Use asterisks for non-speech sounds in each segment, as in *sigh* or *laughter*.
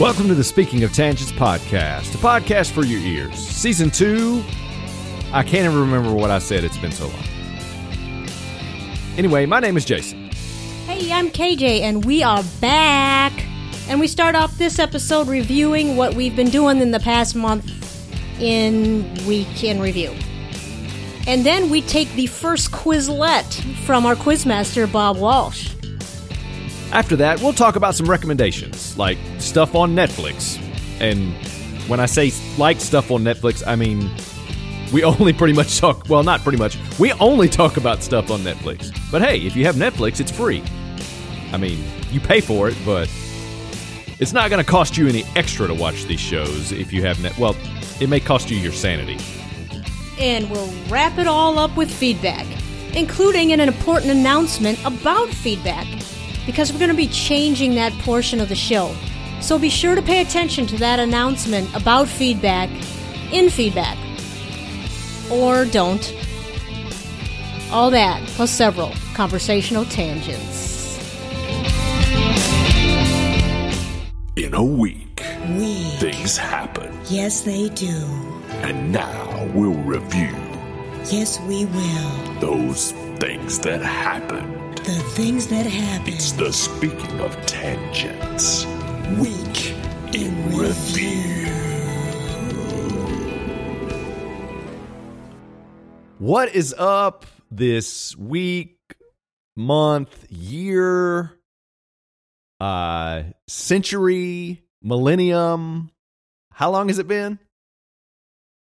Welcome to the Speaking of Tangents podcast, a podcast for your ears. Season two. I can't even remember what I said. It's been so long. Anyway, my name is Jason. Hey, I'm KJ, and we are back. And we start off this episode reviewing what we've been doing in the past month in Week in Review. And then we take the first Quizlet from our quizmaster, Bob Walsh. After that, we'll talk about some recommendations, like stuff on Netflix. And when I say like stuff on Netflix, I mean we only pretty much talk, well, not pretty much, we only talk about stuff on Netflix. But hey, if you have Netflix, it's free. I mean, you pay for it, but it's not going to cost you any extra to watch these shows if you have net. Well, it may cost you your sanity. And we'll wrap it all up with feedback, including an important announcement about feedback, because we're going to be changing that portion of the show. So be sure to pay attention to that announcement about feedback in feedback. Or don't. All that, plus several conversational tangents. In a week, things happen, Yes, they do. and now we'll review Yes, we will. those things that happened. The things that happen. It's the speaking of tangents. Week in review. What is up this week, month, year, uh, century, millennium? How long has it been?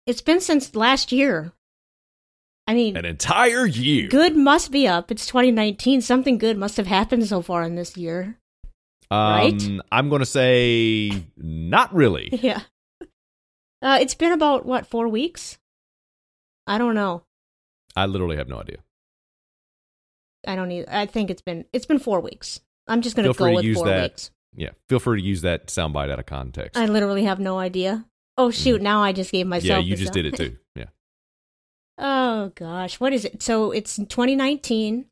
It's been since last year. I mean, An entire year. good must be up. It's 2019. Something good must have happened so far in this year. right? Um, I'm going to say not really. *laughs* Yeah. Uh, it's been about, what, four weeks? I don't know. I literally have no idea. I don't either. I think it's been it's been four weeks. I'm just gonna Feel free go to with use four that. weeks. Yeah, feel free to use that soundbite out of context. I literally have no idea. Oh shoot! Now I just gave Mm. yeah, myself. you the just sound- did it *laughs* too. Yeah. Oh gosh, what is it? So it's 2019.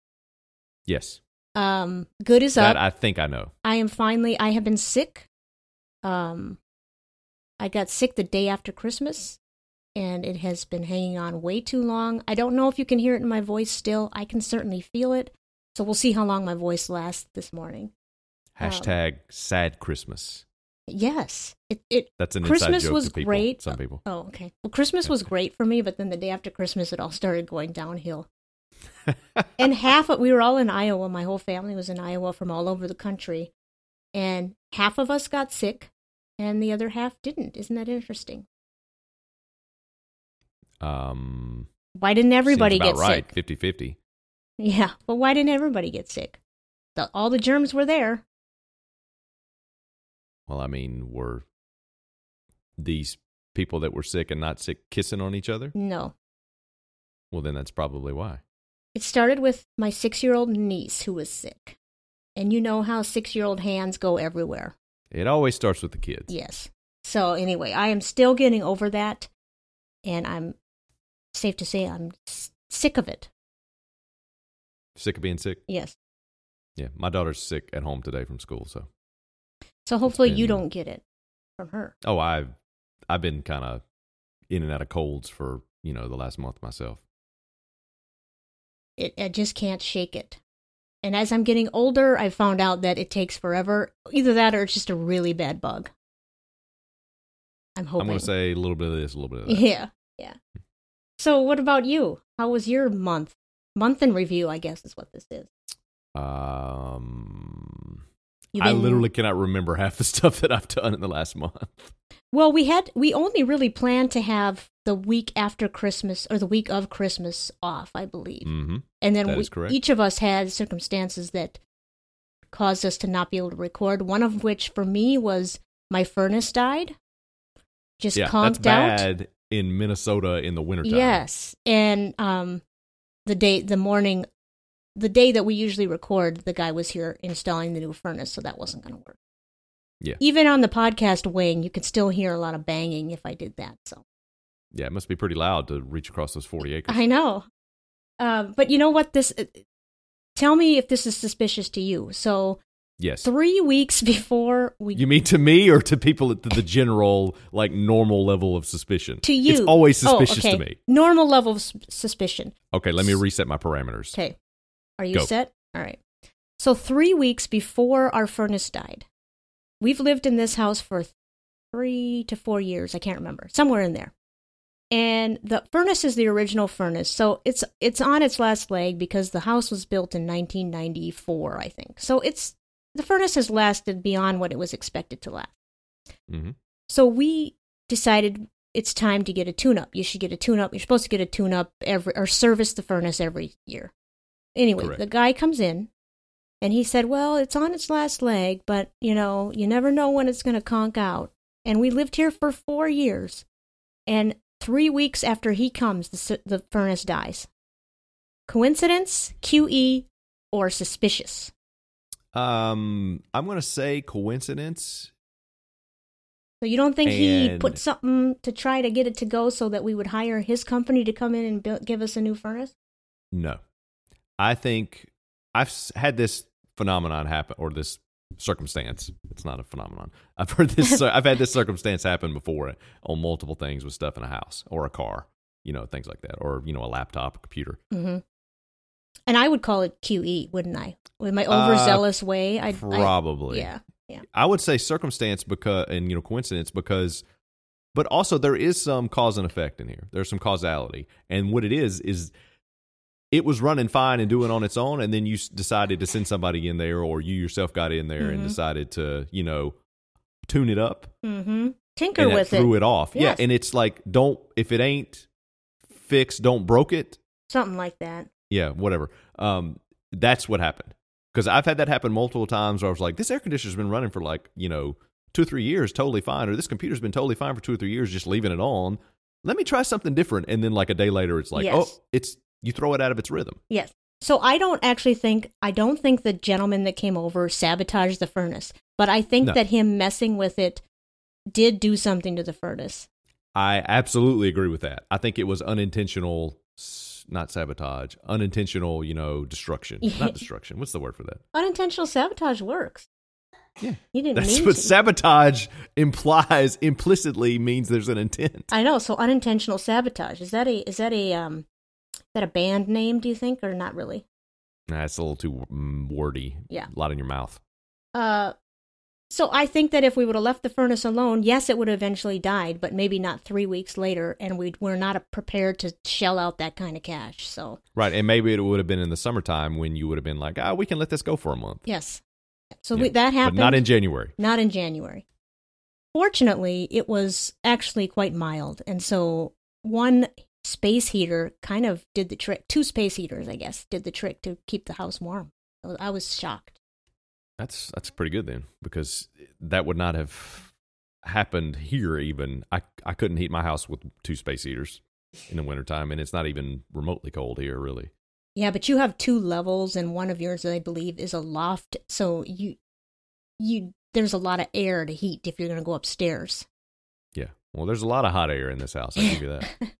Yes. Um, good is That up. I think I know. I am finally. I have been sick. Um, I got sick the day after Christmas, and it has been hanging on way too long. I don't know if you can hear it in my voice still. I can certainly feel it. So we'll see how long my voice lasts this morning. Um, Hashtag sad Christmas. Yes, it it That's an inside Christmas joke was to people, great. some people. Oh, okay. Well, Christmas was great for me, but then the day after Christmas, it all started *laughs* going downhill. and half of we were all in Iowa. My whole family was in Iowa from all over the country, and half of us got sick, and the other half didn't. Isn't that interesting? Um, Why didn't everybody seems get about right, sick? 50-50. Yeah, but why didn't everybody get sick? The, all the germs were there. Well, I mean, were these people that were sick and not sick kissing on each other? No, Well, then that's probably why. It started with my six year old niece who was sick. And you know how six year old hands go everywhere. It always starts with the kids. Yes. So, anyway, I am still getting over that. And I'm safe to say I'm s- sick of it. Sick of being sick? Yes. Yeah, my daughter's sick at home today from school, so So, hopefully, you been- don't get it from her. Oh, I've I've been kind of in and out of colds for you know the last month myself. It, I just can't shake it. And as I'm getting older, I found out that it takes forever. Either that or it's just a really bad bug. I'm hoping. I'm going to *laughs* say a little bit of this, a little bit of that. Yeah, yeah. So, what about you? How was your month? Month in review, I guess, is what this is. *laughs* Um, You've I been- literally cannot remember *laughs* half the stuff that I've done in the last *laughs* month. Well, we had we only really planned to have the week after Christmas or the week of Christmas off, I believe, Mm-hmm. and then that we, is correct. each of us had circumstances that caused us to not be able to record. One of which, for me, was my furnace died. Just yeah, conked that's out. bad in Minnesota in the wintertime. Yes, and um, the day, the morning, the day that we usually record, the guy was here installing the new furnace, so that wasn't going to work. Yeah. Even on the podcast wing, you could still hear a lot of banging if I did that. So Yeah, it must be pretty loud to reach across those 40 acres. I know, um, but you know what? This uh, tell me if this is suspicious to you. So Yes. Three weeks *laughs* before we You mean to me or to people at the, the general, like normal level of suspicion? to you, It's always Oh, suspicious okay. to me. Normal level of sus- suspicion. Okay, let me reset my parameters. Okay, are you Go. set? All right. So three weeks before our furnace died, we've lived in this house for three to four years. I can't remember, somewhere in there. And the furnace is the original furnace, so it's it's on its last leg because the house was built in 1994, I think. So it's the furnace has lasted beyond what it was expected to last. hmm So we decided it's time to get a tune up. You should get a tune up. You're supposed to get a tune up every or service the furnace every year. Anyway, Correct. the guy comes in and he said, "Well, it's on its last leg, but you know, you never know when it's going to conk out." And we lived here for 4 years. And 3 weeks after he comes, the s- the furnace dies. Coincidence, QE, or suspicious? Um, I'm going to say coincidence. So you don't think he And- put something to try to get it to go so that we would hire his company to come in and build, give us a new furnace? No. I think I've s- had this phenomenon happen or this circumstance. It's not a phenomenon. *laughs* I've heard this cir- I've had this circumstance happen before on multiple things with stuff in a house or a car, you know, things like that or you know, a laptop, a computer. Mm-hmm. And I would call it QE, wouldn't I? With my Uh, overzealous way, I'd I- Probably. yeah, yeah. I would say circumstance because and you know coincidence because but also there is some cause and effect in here. There's some causality. And what it is is it was running fine and doing on its own and then you s- decided to send somebody in there or you yourself got in there and Mhm. decided to, you know, tune it up Mm-hmm. Tinker and that with threw it, it, off. Yes. Yeah, and it's like don't if it ain't fixed, don't broke it. something like that. Yeah, whatever. Um, that's what happened. Because I've had that happen multiple times where I was like, this air conditioner's been running for like, you know, two or three years, totally fine. Or this computer's been totally fine for two or three years, just leaving it on. Let me try something different. And then like a day later, it's like, Yes. oh, it's, you throw it out of its rhythm. Yes. So I don't actually think I don't think the gentleman that came over sabotaged the furnace, but I think No. that him messing with it did do something to the furnace. I absolutely agree with that. I think it was unintentional, s- not sabotage, unintentional, you know, *laughs* destruction. not destruction. What's the word for that? Unintentional sabotage works. Yeah. You didn't That's mean what to. sabotage *laughs* implies implicitly means there's an intent. I know. So unintentional sabotage is that a is that a um is that a band name? Do you think or not really? Nah, it's a little too mm, wordy. Yeah. A lot in your mouth. Uh, so I think that if we would have left the furnace alone, yes, it would have eventually died, but maybe not three weeks later, and we we're not prepared to shell out that kind of cash. So Right. And maybe it would have been in the summertime when you would have been like, ah, we can let this go for a month. yes, so Yeah. we, that happened. But not in January. not in January. Fortunately, it was actually quite mild, and so one space heater kind of did the trick. Two space heaters, I guess, did the trick to keep the house warm. I was- I was shocked. That's that's pretty good then, because that would not have happened here even. I I couldn't heat my house with two space heaters in the wintertime, and it's not even remotely cold here really. Yeah, but you have two levels, and one of yours, I believe, is a loft. So you, you, there's a lot of air to heat if you're going to go upstairs. Yeah. Well, there's a lot of hot air in this house, I'll give you *laughs* that. *laughs*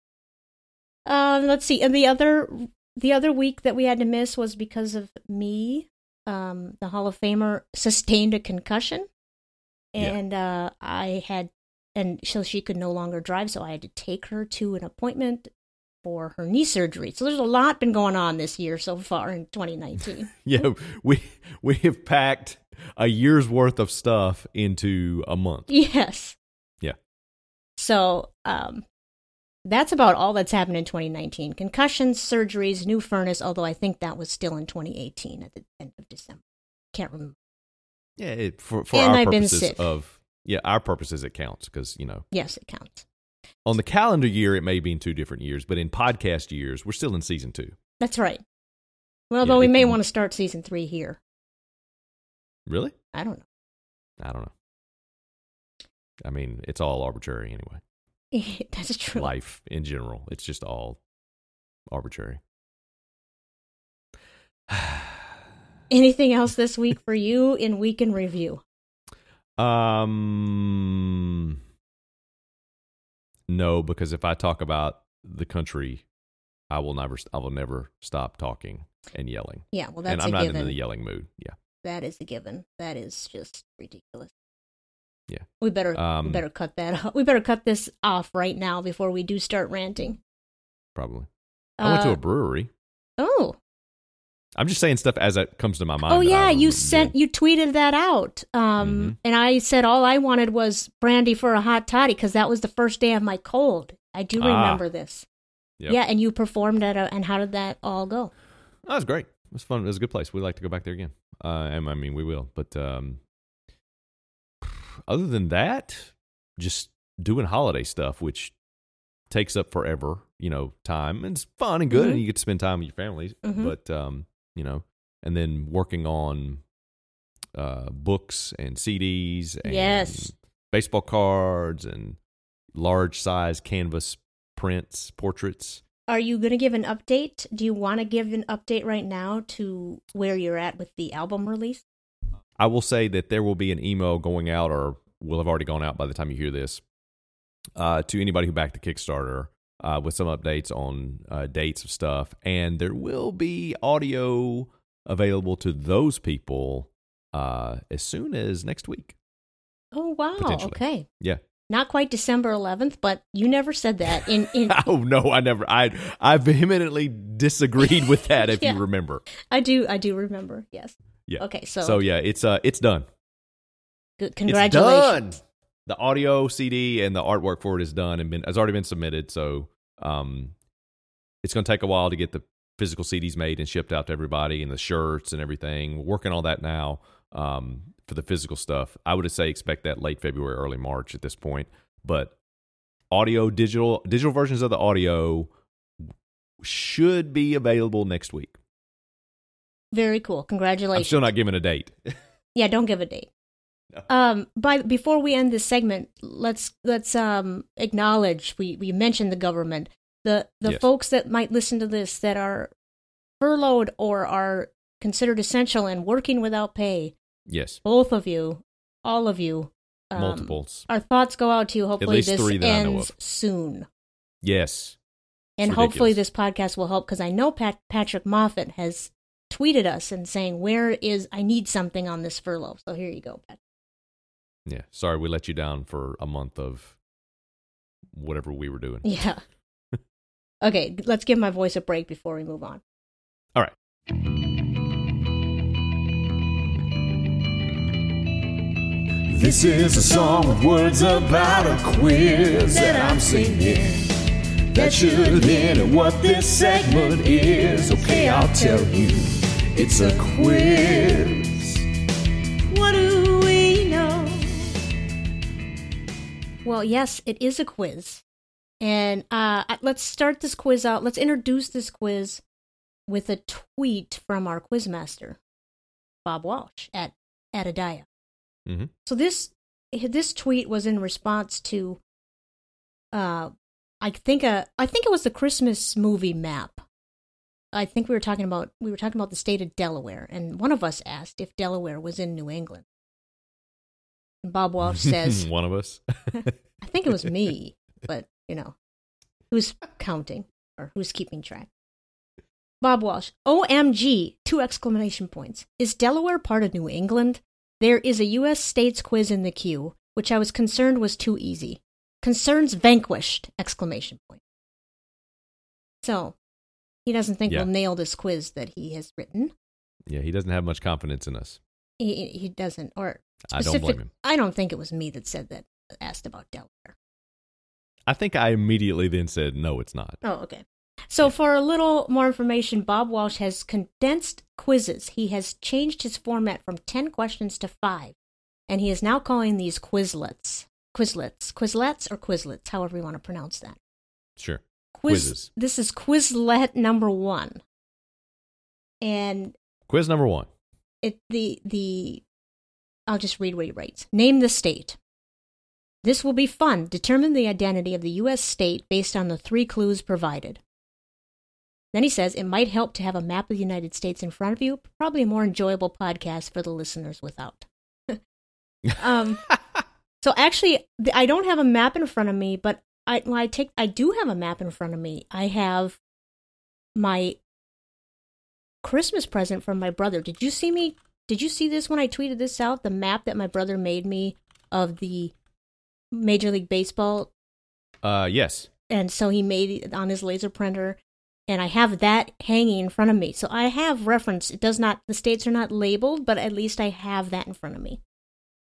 Um, let's see. And the other, the other week that we had to miss was because of me. Um, the Hall of Famer sustained a concussion, Yeah. and uh, I had, and so she could no longer drive, so I had to take her to an appointment for her knee surgery. So there's a lot been going on this year so far in 2019. Yeah. We we have packed a year's worth of stuff into a month. Yes. Yeah. So um, that's about all that's happened in 2019 concussions, surgeries, new furnace, although I think that was still in 2018 at the end of December. Can't remember. Yeah, it, for for And our I've been purposes sick. of yeah, our purposes it counts because you know Yes, it counts. on the calendar year it may be in two different years, but in podcast years we're still in season two. That's right. Well, Yeah, though we it- may want to start season three here. Really? I don't I don't know. I mean, it's all arbitrary *laughs* anyway. know. that's true. Life in general, it's just all *sighs* arbitrary. *sighs* Anything else this week for you in Week in Review? Um, no, because if I talk about the country, I will never, I will never stop talking and yelling. Yeah, well, that's and a I'm not given. in the yelling mood. Yeah. That is a given. That is just ridiculous. Yeah. We better we Um, better cut that *laughs* off. We better cut this off right now before we do start ranting. Probably. I went to Uh, a brewery. Oh. I'm just saying stuff as it comes to my mind. Oh that I yeah, you remember. sent you tweeted that out. Um Mhm. and I said all I wanted was brandy for a hot toddy cuz that was the first day of my cold. I do Ah. remember this. Yep. Yeah, and you performed at a and how did that all go? That was great. It was fun. It was a good place. We'd like to go back there again. Uh, and I mean, we will. But um, other than that, just doing holiday stuff, which takes up forever, you know, time. And it's fun and good, Mhm. and you get to spend time with your families. Mhm. But um, you know, and then working on uh, books and CDs and Yes. baseball cards and large size canvas prints, portraits. Are you going to give an update? Do you want to give an update right now to where you're at with the album release? I will say that there will be an email going out, or will have already gone out by the time you hear this, uh, to anybody who backed the Kickstarter uh, with some updates on uh, dates of stuff. And there will be audio available to those people uh, as soon as next week. *laughs* Oh wow! Potentially. Okay, Yeah. not quite December 11th, but you never said that. In *laughs* in Oh no, I never. I I vehemently disagreed with that. If *laughs* Yeah. you remember. I do I do remember. Yes. Yeah. Okay. So, So yeah, it's uh, it's done. good, It's congratulations. done. The audio CD and the artwork for it is done and been has already been submitted. So um, it's going to take a while to get the physical CDs made and shipped out to everybody and the shirts and everything. We're working all that now um, for the physical stuff. I would say expect that late February, early March at this point. But audio, digital, digital versions of the audio should be available next week. Very cool. I'm Congratulations. still not giving a date. yeah. Don't give a date. No. Um. By before we end this segment, let's let's um acknowledge we we mentioned the government. The the Yes. folks that might listen to this that are furloughed or are considered essential and working without pay. yes, both of you, all of you, um, multiples. Our thoughts go out to you. Hopefully, least this three that I know ends of. soon, Yes. and ridiculous. hopefully, this podcast will help because I know Pat- Patrick Moffat has tweeted us and saying, "Where is I need something on this furlough?" So here you go, Pat. *laughs* Yeah. Sorry we let you down for a month of whatever we were *laughs* doing. Yeah. okay, let's give my voice a break before we move on. All right. This is a song with words about a quiz that I'm singing. That should hint at what this segment is. Okay, I'll tell you. It's a quiz. What do we know? Well, yes, it is a quiz. And uh, I- let's start this quiz out. Let's introduce this quiz with a tweet from our quizmaster, Bob Walsh at Adidaya. Mhm. So this this tweet was in response to, uh, I think a, I think it was the Christmas movie map. I think we were talking about we were talking about the state of Delaware, and one of us asked if Delaware was in New England. And Bob *laughs* Walsh says, one of us. I think it *laughs* was me, but you know, who's counting or who's keeping track? Bob Walsh, OMG, two exclamation points. Is Delaware part of New England? There is a U.S. states quiz in the queue, which I was concerned was too easy. Concerns vanquished! Exclamation point. So, he doesn't think Yeah. we'll nail this quiz that he has written. yeah, he doesn't have much confidence in us. He, he doesn't, or I don't specific- blame him. I don't think it was me that said that, asked about Delaware. I think I immediately then said, no, it's not. Oh, okay. So, for a little more information, Bob Walsh has condensed quizzes. He has changed his format from 10 questions to five, and he is now calling these quizlets. Quizlets. Quizlets or quizlets, however you want to pronounce that. Sure. Quizzes. This is quizlet number one. And Quiz number one. it the the I'll just read what he writes. Name the state. This will be fun. Determine the identity of the US state based on the three clues provided. Then he says it might help to have a map of the United States in front of you, probably a more enjoyable podcast for the listeners without. *laughs* um so actually th- I don't have a map in front of me, but I well, I take I do have a map in front of me. I have my Christmas present from my brother. Did you see me Did you see this when I tweeted this out? The map that my brother made me of the Major League Baseball. Uh, yes. And so he made it on his laser printer. And I have that hanging in front of me. So I have reference. It does not, the states are not labeled, but at least I have that in front of me.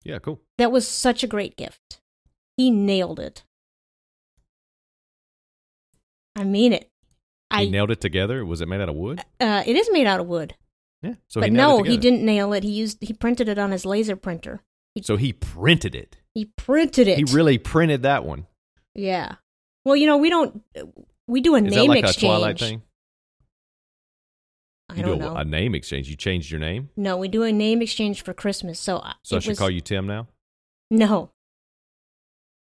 Yeah, cool. That was such a great gift. He nailed it. I mean it. He I nailed it together. Was it made out of wood? uh, it is made out of wood, Yeah. So but he nailed no, it he together. didn't nail it. He used he printed it on his laser printer. So he printed it. He printed it. He really printed that one. yeah. Well, you know we don't we do a Is that name like exchange. a Twilight thing? I you don't do a, know. a name exchange. You changed your name, no, we do a name exchange for Christmas. So, I- so I it should was, call you Tim now. No.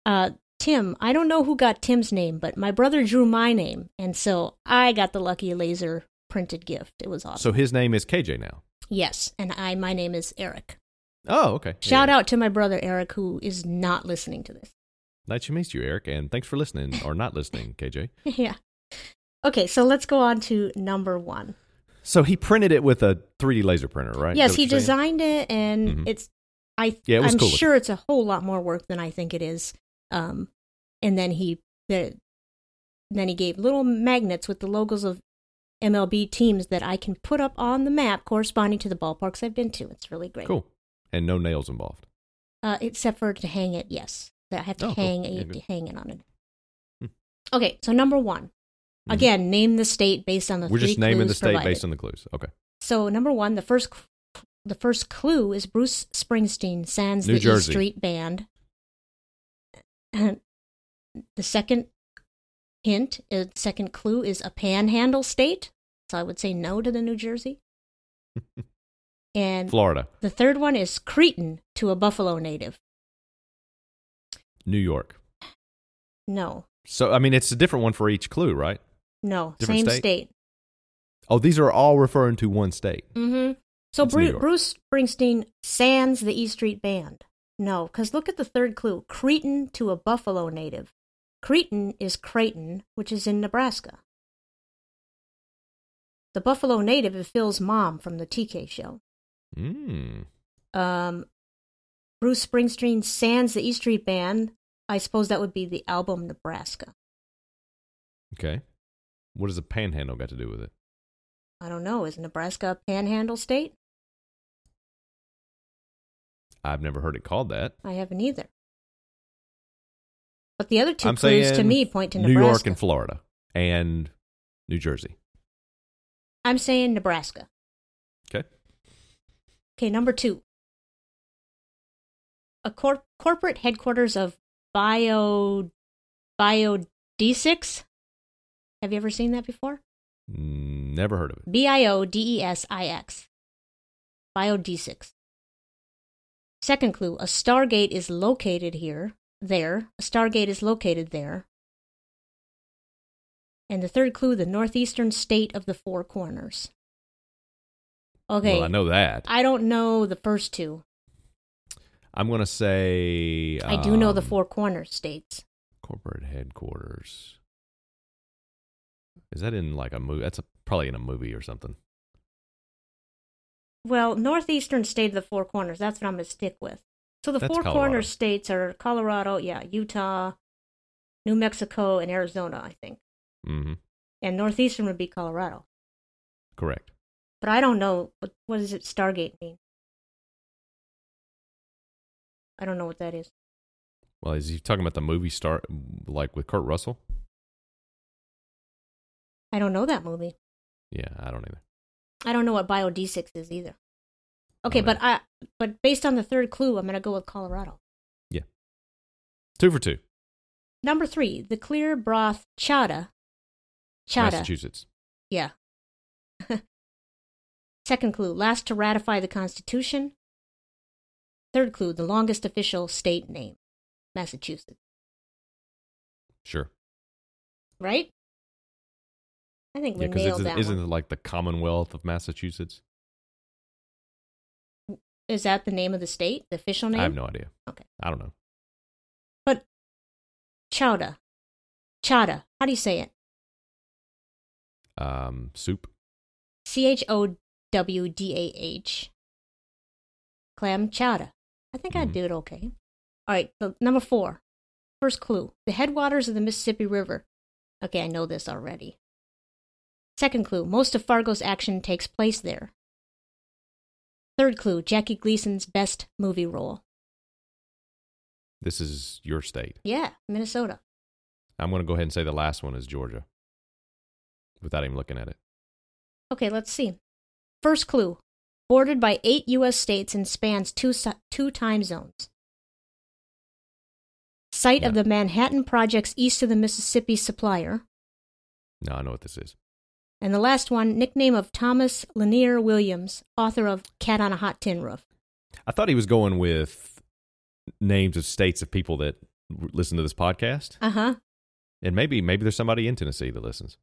Uh, Tim. I don't know who got Tim's name, but my brother drew my name, and so I got the lucky laser printed gift. It was awesome. So his name is KJ now. yes, and I my name is Eric. Oh, okay. Shout out to my brother Eric, who is not listening to this. Nice to meet you, Eric, and thanks for listening or not listening, KJ. *laughs* yeah. Okay, so let's go on to number one. So he printed it with a 3D laser printer, right? Is yes, that he what you're saying? designed it, and Mhm. it's. I Yeah, it was I'm cool looking. sure it's a whole lot more work than I think it is. Um, and then he the, then he gave little magnets with the logos of MLB teams that I can put up on the map corresponding to the ballparks I've been to. It's really great. Cool. And no nails involved. Uh, except for to hang it, yes. That I have to Oh, cool. hang Yeah, it, good. hang it on it. Hmm. Okay, so number one. Mhm. Again, name the state based on the We're three just naming the clues state provided. based on the clues. Okay. So number one, the first cl- the first clue is Bruce Springsteen sans New the E Jersey. Street Band. *clears throat* And the second hint, uh, second clue is a panhandle state. So I would say no to the *laughs* New Jersey. and Florida, the third one is Cretan to a Buffalo native. New York. No, So I mean, it's a different one for each clue, right? no, Different same state? state. Oh, these are all referring to one state. hmm So It's New Bru- York. Bruce Springsteen sans the E Street Band. No, because look at the third clue: Cretan to a Buffalo native. Cretan is Creighton, which is in Nebraska. The Buffalo native is Phil's mom from the TK show. Mm. Um, Bruce Springsteen sans the E Street Band. I suppose that would be the album Nebraska. Okay. What does a panhandle got to do with it? I don't know. Is Nebraska a panhandle state? I've never heard it called that. I haven't either. But the other 2 I'm clues saying to me point to New Nebraska. York and Florida and New Jersey. I'm saying Nebraska. Okay. Okay, number two. A cor- corporate headquarters of Bio Bio D6. Have you ever seen that before? Mm, Never heard of it. B I O D E S I X. Bio D6. Second clue, a Stargate is located here, there. A Stargate is located there. And the third clue, the northeastern state of the Four Corners. Okay. Well, I know that. I don't know the first two. I'm going to say. I do know the um, Four Corners states. Corporate headquarters. Is that in like a movie? That's a, probably in a movie or something. Well, northeastern state of the Four Corners. That's what I'm going to stick with. So the That's Four Colorado. Corners states are Colorado, yeah, Utah, New Mexico, and Arizona, I think. Mm-hmm. And northeastern would be Colorado. Correct. But I don't know what what does it Stargate mean. I don't know what that is. Well, is he talking about the movie star, like with Kurt Russell? I don't know that movie. Yeah, I don't either. I don't know what Bio D6 is either. Okay, don't but I but based on the third clue, I'm going to go with Colorado. Two for two. Number three, the clear broth chata. Chata. Massachusetts. Yeah. *laughs* Second clue, last to ratify the Constitution. Third clue, the longest official state name, Massachusetts. Sure. Right? I think we Yeah, nailed because that isn't one. it like the Commonwealth of Massachusetts? Is that the name of the state, the official name? I have no idea. Okay. I don't know. But chowda, chowda. How do you say it? Um, soup. C H O W D A H. clam chowder. I think I did okay. All right, so number four. First clue the headwaters of the Mississippi River. Okay, I know this already. Second clue most of Fargo's action takes place there. Third clue Jackie Gleason's best movie role. This is your state. Yeah, Minnesota. I'm going to go ahead and say the last one is Georgia without even looking at it. Okay, let's see. First clue bordered by eight U.S. states and spans two, si- two time zones. Site of Yeah. the Manhattan Project's east of the Mississippi supplier. No, I know what this is. And the last one, nickname of Thomas Lanier Williams, author of Cat on a Hot Tin Roof. I thought he was going with names of states of people that r- listen to this podcast. Uh huh. And maybe maybe there's somebody in Tennessee that listens.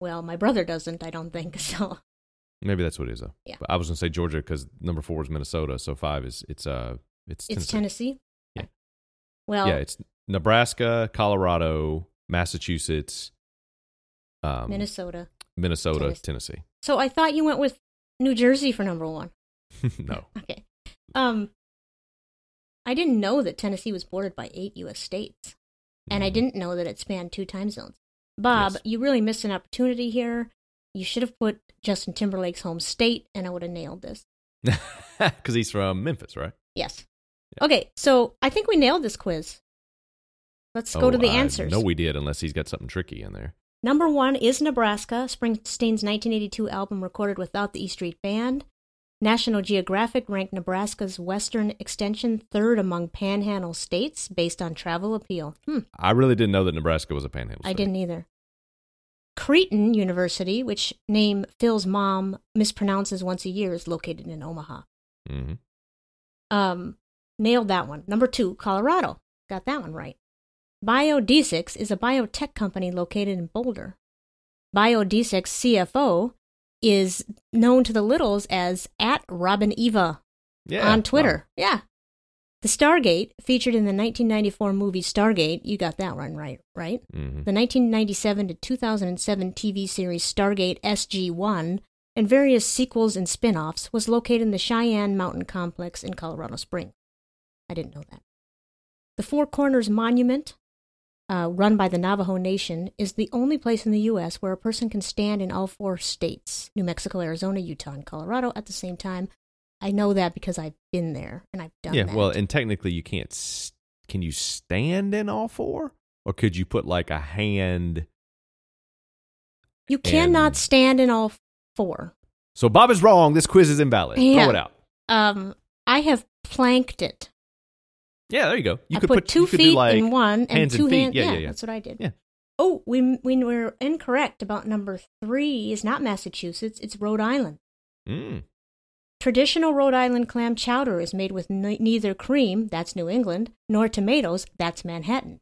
Well, my brother doesn't, I don't think. *laughs* So, Maybe that's what it is though. Yeah. But I was going to say Georgia cuz number 4 is Minnesota, so 5 is it's uh it's it's Tennessee. Tennessee? Yeah. Well, Yeah, it's Nebraska, Colorado, Massachusetts, um, Minnesota. Minnesota, Tennessee. So I thought you went with New Jersey for number one. *laughs* no, Okay. Um, I didn't know that Tennessee was bordered by eight U.S. states, and *laughs* I Mhm. didn't know that it spanned two time zones. Bob, Yes. you really missed an opportunity here. You should have put Justin Timberlake's home state, and I would have nailed this. because he's from Memphis, right? Yes. Okay, so I think we nailed this quiz. Let's go Oh, to the I answers. No, we did, unless he's got something tricky in there. Number one is Nebraska, Springsteen's 1982 album recorded without the E Street Band. National Geographic ranked Nebraska's western extension third among panhandle states based on travel appeal. Hmm, I really didn't know that Nebraska was a panhandle. I state. didn't either. Creighton University, which name Phil's mom mispronounces once a year, is located in Omaha. Mhm. Um, nailed that one. Number two, Colorado. Got that one right. BioD6 is a biotech company located in Boulder. BioD6 CFO is known to the littles as at Robin Eva Yeah, on Twitter. Yeah. The Stargate, featured in the 1994 movie Stargate, you got that one right, right? wow. Mhm. The 1997 to 2007 TV series Stargate SG-1 and various sequels and spin-offs was located in the Cheyenne Mountain Complex in Colorado Springs. I didn't know that. The Four Corners Monument, uh, run by the Navajo Nation, is the only place in the U.S. where a person can stand in all four states New Mexico, Arizona, Utah, and Colorado at the same time. I know that because I've been there and I've done Yeah, that. well, and technically, you can't. s can you stand in all four, or could you put like a hand? you cannot and- stand in all four. So Bob is wrong. This quiz is invalid. Yeah. Throw it out. Um, I have planked it. Yeah, there you go. You I could put, two you feet could do like in one and hands two feet. hands. Yeah, yeah, yeah. that's what I did. Yeah. Oh, we we were incorrect about number three. Is not Massachusetts. It's Rhode Island. Mm. Traditional Rhode Island clam chowder is made with ne- neither cream, that's New England, nor tomatoes, that's Manhattan.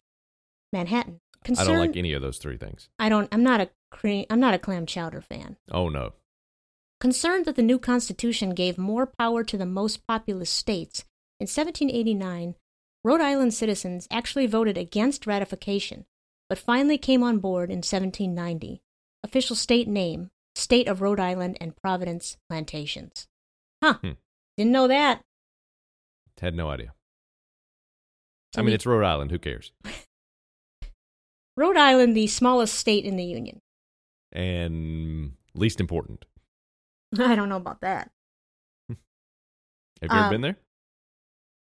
Manhattan. I Concern, don't like any of those three things. I don't. I'm not a cream. I'm not a clam chowder fan. Oh no. Concerned that the new Constitution gave more power to the most populous states, in 1789, Rhode Island citizens actually voted against ratification, but finally came on board in 1790. Official state name, State of Rhode Island and Providence Plantations. Huh. Hmm. Didn't know that. Had no idea. So I mean, we- it's Rhode Island. Who cares? Rhode Island, the smallest state in the Union. *laughs* And least important. I don't know about that. Have you ever Um, been there?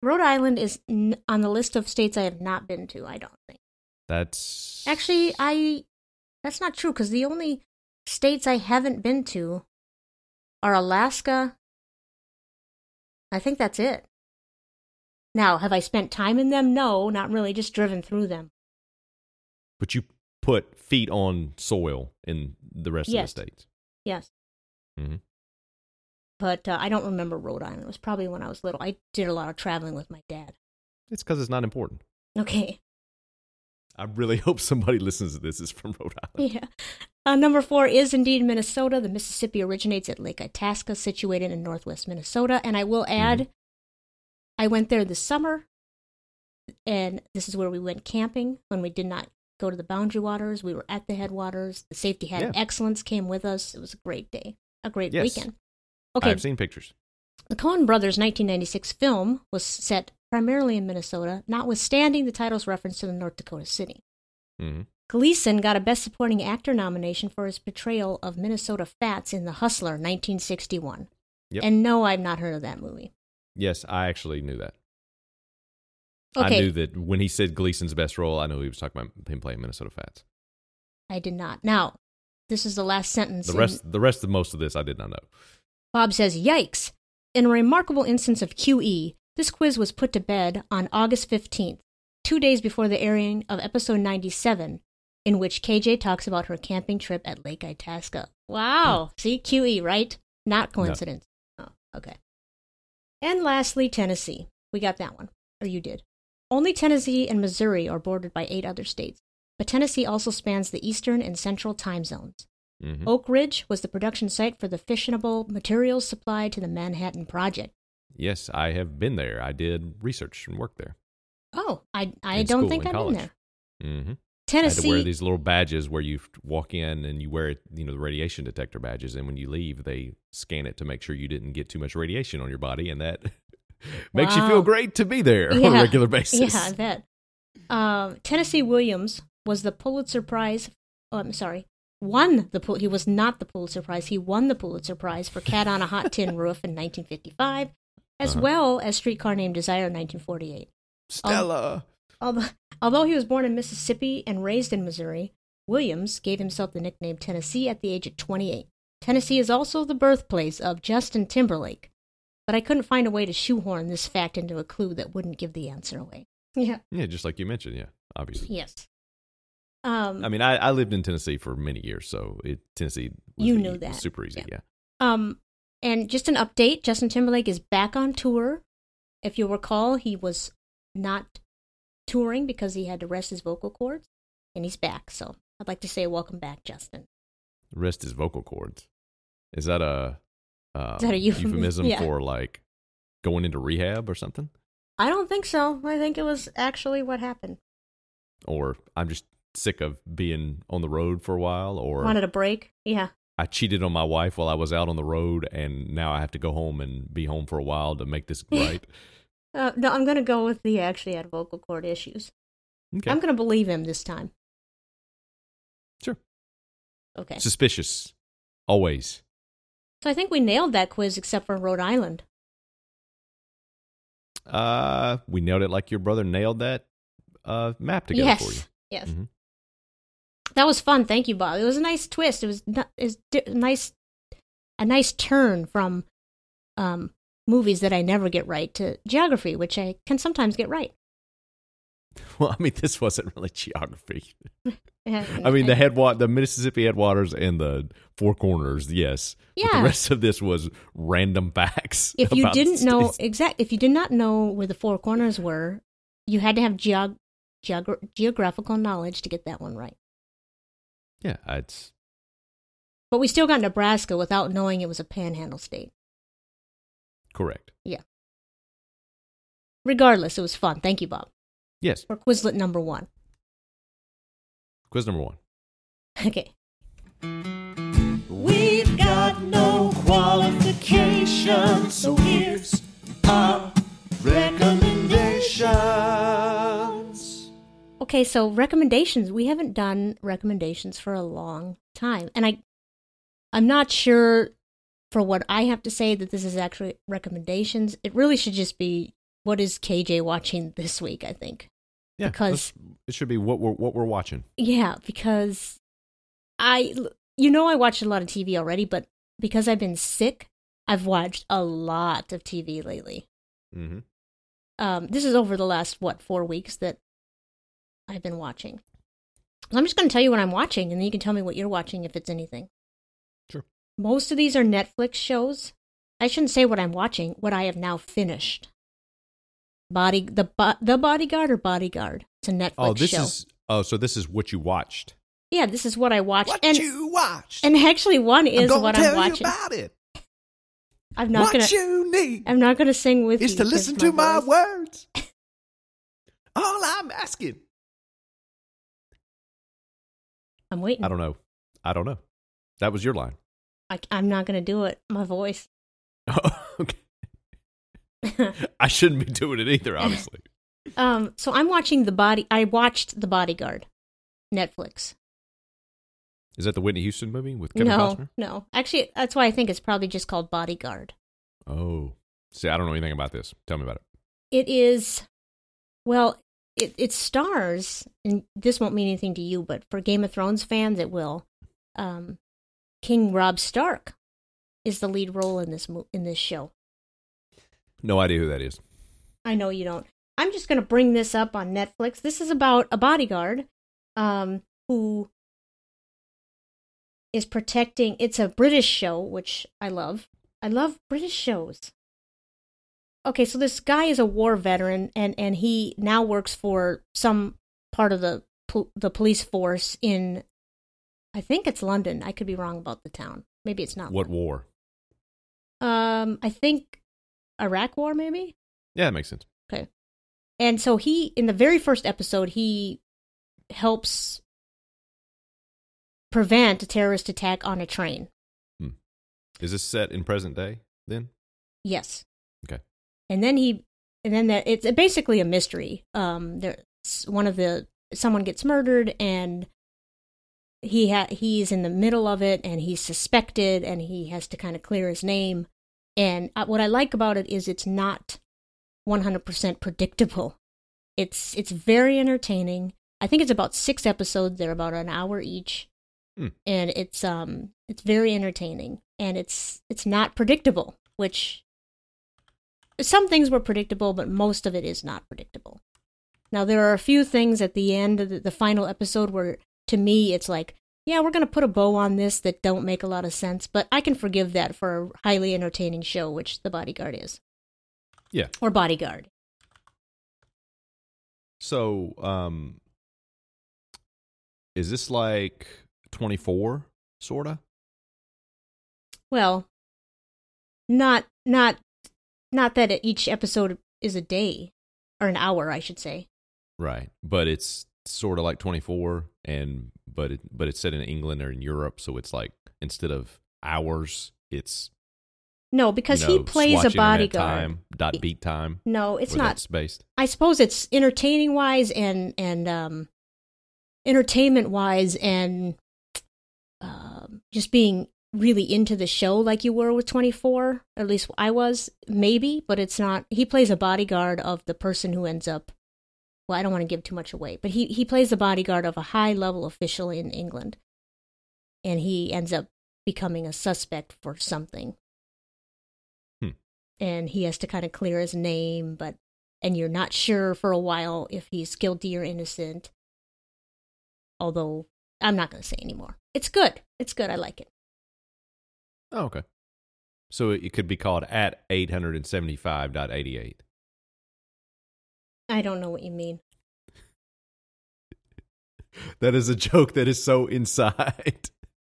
Rhode Island is n- on the list of states I have not been to, I don't think. That's Actually, I that's not true because the only states I haven't been to are Alaska. I think that's it. Now, have I spent time in them? No, not really. Just driven through them. But you put feet on soil in the rest Yes. of the states. Yes, hmm but uh, I don't remember Rhode Island. It was probably when I was little. I did a lot of traveling with my dad. It's because it's not important. Okay. I really *laughs* hope somebody listens to this is from Rhode Island. *laughs* Yeah. Uh, number four is indeed Minnesota. The Mississippi originates at Lake Itasca, situated in northwest Minnesota. And I will add, Mm-hmm. I went there this summer, and this is where we went camping when we did not go to the boundary waters. We were at the headwaters. The safety head Yeah. of excellence came with us. It was a great day, a great Yes. weekend. Okay, I've seen pictures. The Coen Brothers' 1996 film was set primarily in Minnesota, notwithstanding the title's reference to the North Dakota city. Mhm. Gleason got a Best Supporting Actor nomination for his portrayal of Minnesota Fats in The Hustler, 1961. Yep. And no, I've not heard of that movie. Yes, I actually knew that. Okay, I knew that when he said Gleason's best role, I knew he was talking about him playing Minnesota Fats. I did not. Now, this is the last sentence. The in- rest, the rest of most of this, I did not know. Bob says, Yikes! In a remarkable instance of QE, this quiz was put to bed on August 15th, two days before the airing of episode 97, in which KJ talks about her camping trip at Lake Itasca. Wow! See, QE, right? Not coincidence. Oh, okay. And lastly, Tennessee. We got that one. Or you did. Only Tennessee and Missouri are bordered by eight other states, but Tennessee also spans the eastern and central time zones. Mhm. Oak Ridge was the production site for the fissionable materials supplied to the Manhattan Project. Yes, I have been there. I did research and work there. Oh, I, I In don't school, think in I've college. been hmm I there. had to wear Tennessee. these little badges where you walk in and you wear it, you know, the radiation detector badges, and when you leave, they scan it to make sure you didn't get too much radiation on your body, and that *laughs* makes you Wow. feel great to be there on *laughs* Yeah. a regular basis. Yeah, I bet. Um, Tennessee Williams was the Pulitzer Prize. Oh, I'm sorry. Won the Pul- he was not the Pulitzer Prize. He won the Pulitzer Prize for Cat on a *laughs* Hot Tin Roof in 1955, as Uh-huh. well as Streetcar Named Desire in 1948. Stella. Although, *laughs* although he was born in Mississippi and raised in Missouri, Williams gave himself the nickname Tennessee at the age of 28. Tennessee is also the birthplace of Justin Timberlake, but I couldn't find a way to shoehorn this fact into a clue that wouldn't give the answer away. Yeah. Yeah, just like you mentioned. Yeah, obviously. Yes. Um, I mean, I, I lived in Tennessee for many years, so it, Tennessee. Was You e- knew was that. super easy. Yeah. um, and just an update Justin Timberlake is back on tour. If you'll recall, he was not touring because he had to rest his vocal cords, and he's back. So I'd like to say welcome back, Justin. Rest his vocal cords. Is that a, uh, that a euphemism? *laughs* Yeah. for like going into rehab or something? I don't think so. I think it was actually what happened. Or I'm just sick of being on the road for a while, or Wanted a break. Yeah. I cheated on my wife while I was out on the road, and now I have to go home and be home for a while to make *laughs* this right. Uh, no, I'm going to go with the actually had vocal cord issues. Okay, I'm going to believe him this time. sure. Okay. Suspicious, always. So I think we nailed that quiz except for Rhode Island. Uh, we nailed it like your brother nailed that uh map together yes. for you. *laughs* Yes. Mhm. That was fun. Thank you, Bob. It was a nice twist. It was, not, it was di- nice, a nice turn from um, movies that I never get right to geography, which I can sometimes get right. Well, I mean, this wasn't really geography. *laughs* And I mean, the headwater, the Mississippi headwaters, and the Four Corners. Yes, But Yeah. the rest of this was random facts. *laughs* if you about the didn't know states. exact if you did not know where the four corners were you had to have geog- geogra- geographical knowledge to get that one right yeah, it's but we still got nebraska without knowing it was a panhandle state correct. regardless it was fun thank you bob Yes, for quizlet number one *laughs* quiz number one. okay We've got no qualifications, so here's our recommendations. okay so recommendations we haven't done recommendations for a long time and i i'm not sure for what i have to say that this is actually recommendations it really should just be what is kj watching this week i think Yeah, Because- let's- it should be what we're what we're watching. Yeah, because I, you know, I watched a lot of TV already, but because I've been sick, I've watched a lot of TV lately. Mm-hmm. Um, this is over the last, what, four weeks that I've been watching. So I'm just going to tell you what I'm watching, and then you can tell me what you're watching if it's anything. Sure. Most of these are Netflix shows. I shouldn't say what I'm watching, what I have now finished. Body the bo- the bodyguard or bodyguard. It's a Netflix Oh, this show. is oh, so this is what you watched. yeah, this is what I watched. and you watched And actually, one is what I'm watching. about it. I'm not gonna. you need I'm not gonna sing with you. 'cause voice- words. *laughs* All I'm asking. I'm waiting. I don't know. I don't know. That was your line. *laughs* I, am not gonna do it. My voice. *laughs* okay. I shouldn't be doing it either, obviously. Um, so I'm watching the body. I watched The Bodyguard, Netflix. Is that the Whitney Houston movie with Kevin no, Costner? no. Actually, that's why I think it's probably just called Bodyguard. Oh. See, I don't know anything about this. Tell me about it. It is, well, it, it stars, and this won't mean anything to you, but for Game of Thrones fans, it will. Um, King Rob Stark is the lead role in this mo- in this show. No idea who that is. I know you don't. I'm just going to bring this up on Netflix. This is about a bodyguard um, who is protecting. It's a British show, which I love. I love British shows. Okay, so this guy is a war veteran, and and he now works for some part of the pol- the police force in, I think it's London. I could be wrong about the town. Maybe it's not. What war? Um, I think Iraq War, maybe. Yeah, that makes sense. And so he, in the very first episode, he helps prevent a terrorist attack on a train. Is this set in present day then? Yes. Okay. And then he, and then that it's basically a mystery. Um, there's one of the someone gets murdered, and he ha- he's in the middle of it, and he's suspected, and he has to kind of clear his name. And uh, what I like about it is it's not 100% predictable. It's it's very entertaining. I think it's about 6 episodes, they're about an hour each. Hmm. And it's um it's very entertaining and it's it's not predictable, which some things were predictable, but most of it is not predictable. Now there are a few things at the end of the, the final episode where to me it's like, yeah, we're going to put a bow on this that don't make a lot of sense, but I can forgive that for a highly entertaining show which The Bodyguard is Yeah. or Bodyguard. So, um is this like 24 sorta? Well, not not not that each episode is a day or an hour, I should say. Right. But it's sort of like 24 and but it but it's set in England or in Europe, so it's like instead of hours, it's No, because you know, he plays a swatch internet bodyguard. Time, dot beat time. No, it's where not. that's based. I suppose it's entertaining wise and and um, entertainment wise and um, just being really into the show like you were with 24 or at least i was maybe but it's not he plays a bodyguard of the person who ends up well i don't want to give too much away but he, he plays the bodyguard of a high level official in england and he ends up becoming a suspect for something Hmm. and he has to kind of clear his name but and you're not sure for a while if he's guilty or innocent although i'm not going to say anymore it's good it's good i like it Oh, okay. So it could be called at 875.88. I don't know what you mean. That is a joke that is so inside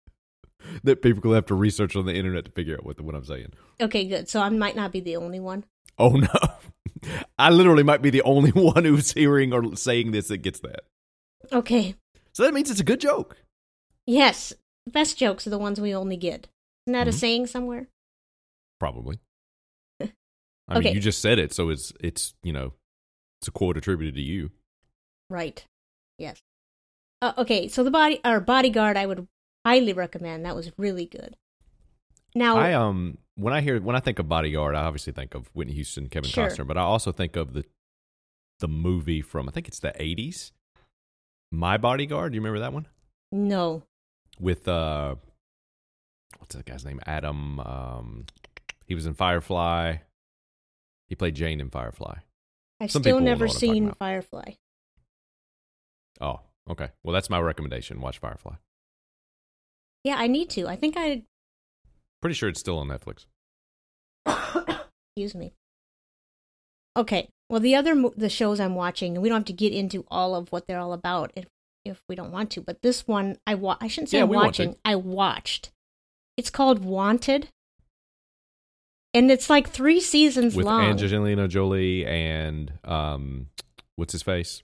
*laughs* that people will have to research on the internet to figure out what, what I'm saying. Okay, good. So I might not be the only one. Oh, no. *laughs* I literally might be the only *laughs* one who's hearing or saying this that gets that. Okay. So that means it's a good joke. Yes. Best jokes are the ones we only get. Isn't that a Mhm. saying somewhere? *laughs* Probably. I Okay. mean, you just said it, so it's, it's you know, it's a quote attributed to you. Right. Yes. Uh, okay, so the body or bodyguard I would highly recommend. That was really good. Now I um when I hear when I think of bodyguard, I obviously think of Whitney Houston, Kevin Sure. Costner, but I also think of the the movie from I think it's the eighties, My Bodyguard. Do you remember that one no. with uh what's that guy's name? Adam. Um, he was in Firefly. He played Jane in Firefly. I've Some still people will know never what I'm talking seen about. Firefly. Oh, okay. Well, that's my recommendation. Watch Firefly. Yeah, I need to. I think I Pretty sure it's still on Netflix. excuse me. Okay. Well, the other mo- the shows I'm watching, and we don't have to get into all of what they're all about if if we don't want to. But this one, I wa- I shouldn't say Yeah, I'm we want to. watching. I watched. It's called Wanted, and it's like three seasons with long. Angelina Jolie and um, what's his face?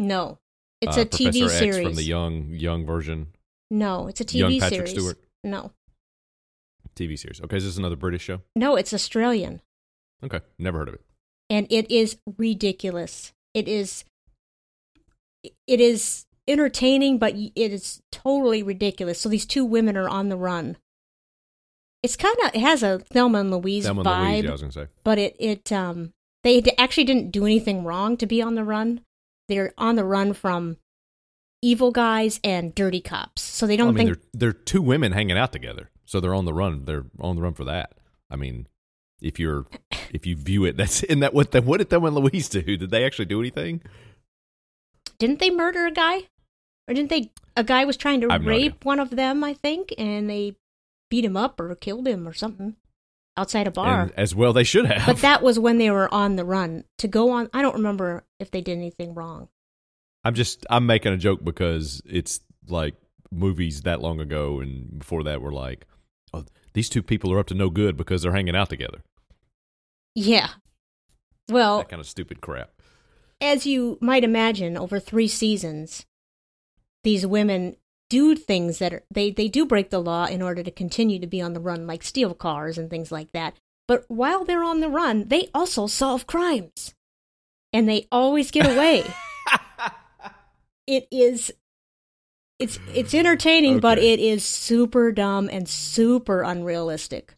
no, it's Uh, a TV Professor series. X from the young young version. no, it's a TV young Patrick series. Stewart. No, TV series. Okay, is this another British show? no, it's Australian. Okay. Never heard of it. and it is ridiculous. It is it is entertaining, but y- it is totally ridiculous. So these two women are on the run. It's kind of it has a Thelma and Louise Thelma and vibe, Louise, yeah, I was going to say. but it it um they d- actually didn't do anything wrong to be on the run. They're on the run from evil guys and dirty cops, so they don't I mean, think they're, they're two women hanging out together, so they're on the run. They're on the run for that. I mean, if you're if you view it, that's in that what the, what did Thelma and Louise do? Did they actually do anything? didn't they murder a guy or didn't they a guy was trying to I have no idea. rape one of them i think and they beat him up or killed him or something outside a bar And as well, they should have. but that was when they were on the run to go on i don't remember if they did anything wrong I'm just I'm making a joke because it's like movies that long ago and before that were like, oh, these two people are up to no good because they're hanging out together. yeah well That kind of stupid crap. as you might imagine, over three seasons, these women do things that are, they, they do break the law in order to continue to be on the run, like steal cars and things like that. But while they're on the run, they also solve crimes. And they always get away. it is it's it's entertaining, but Okay. it is super dumb and super unrealistic.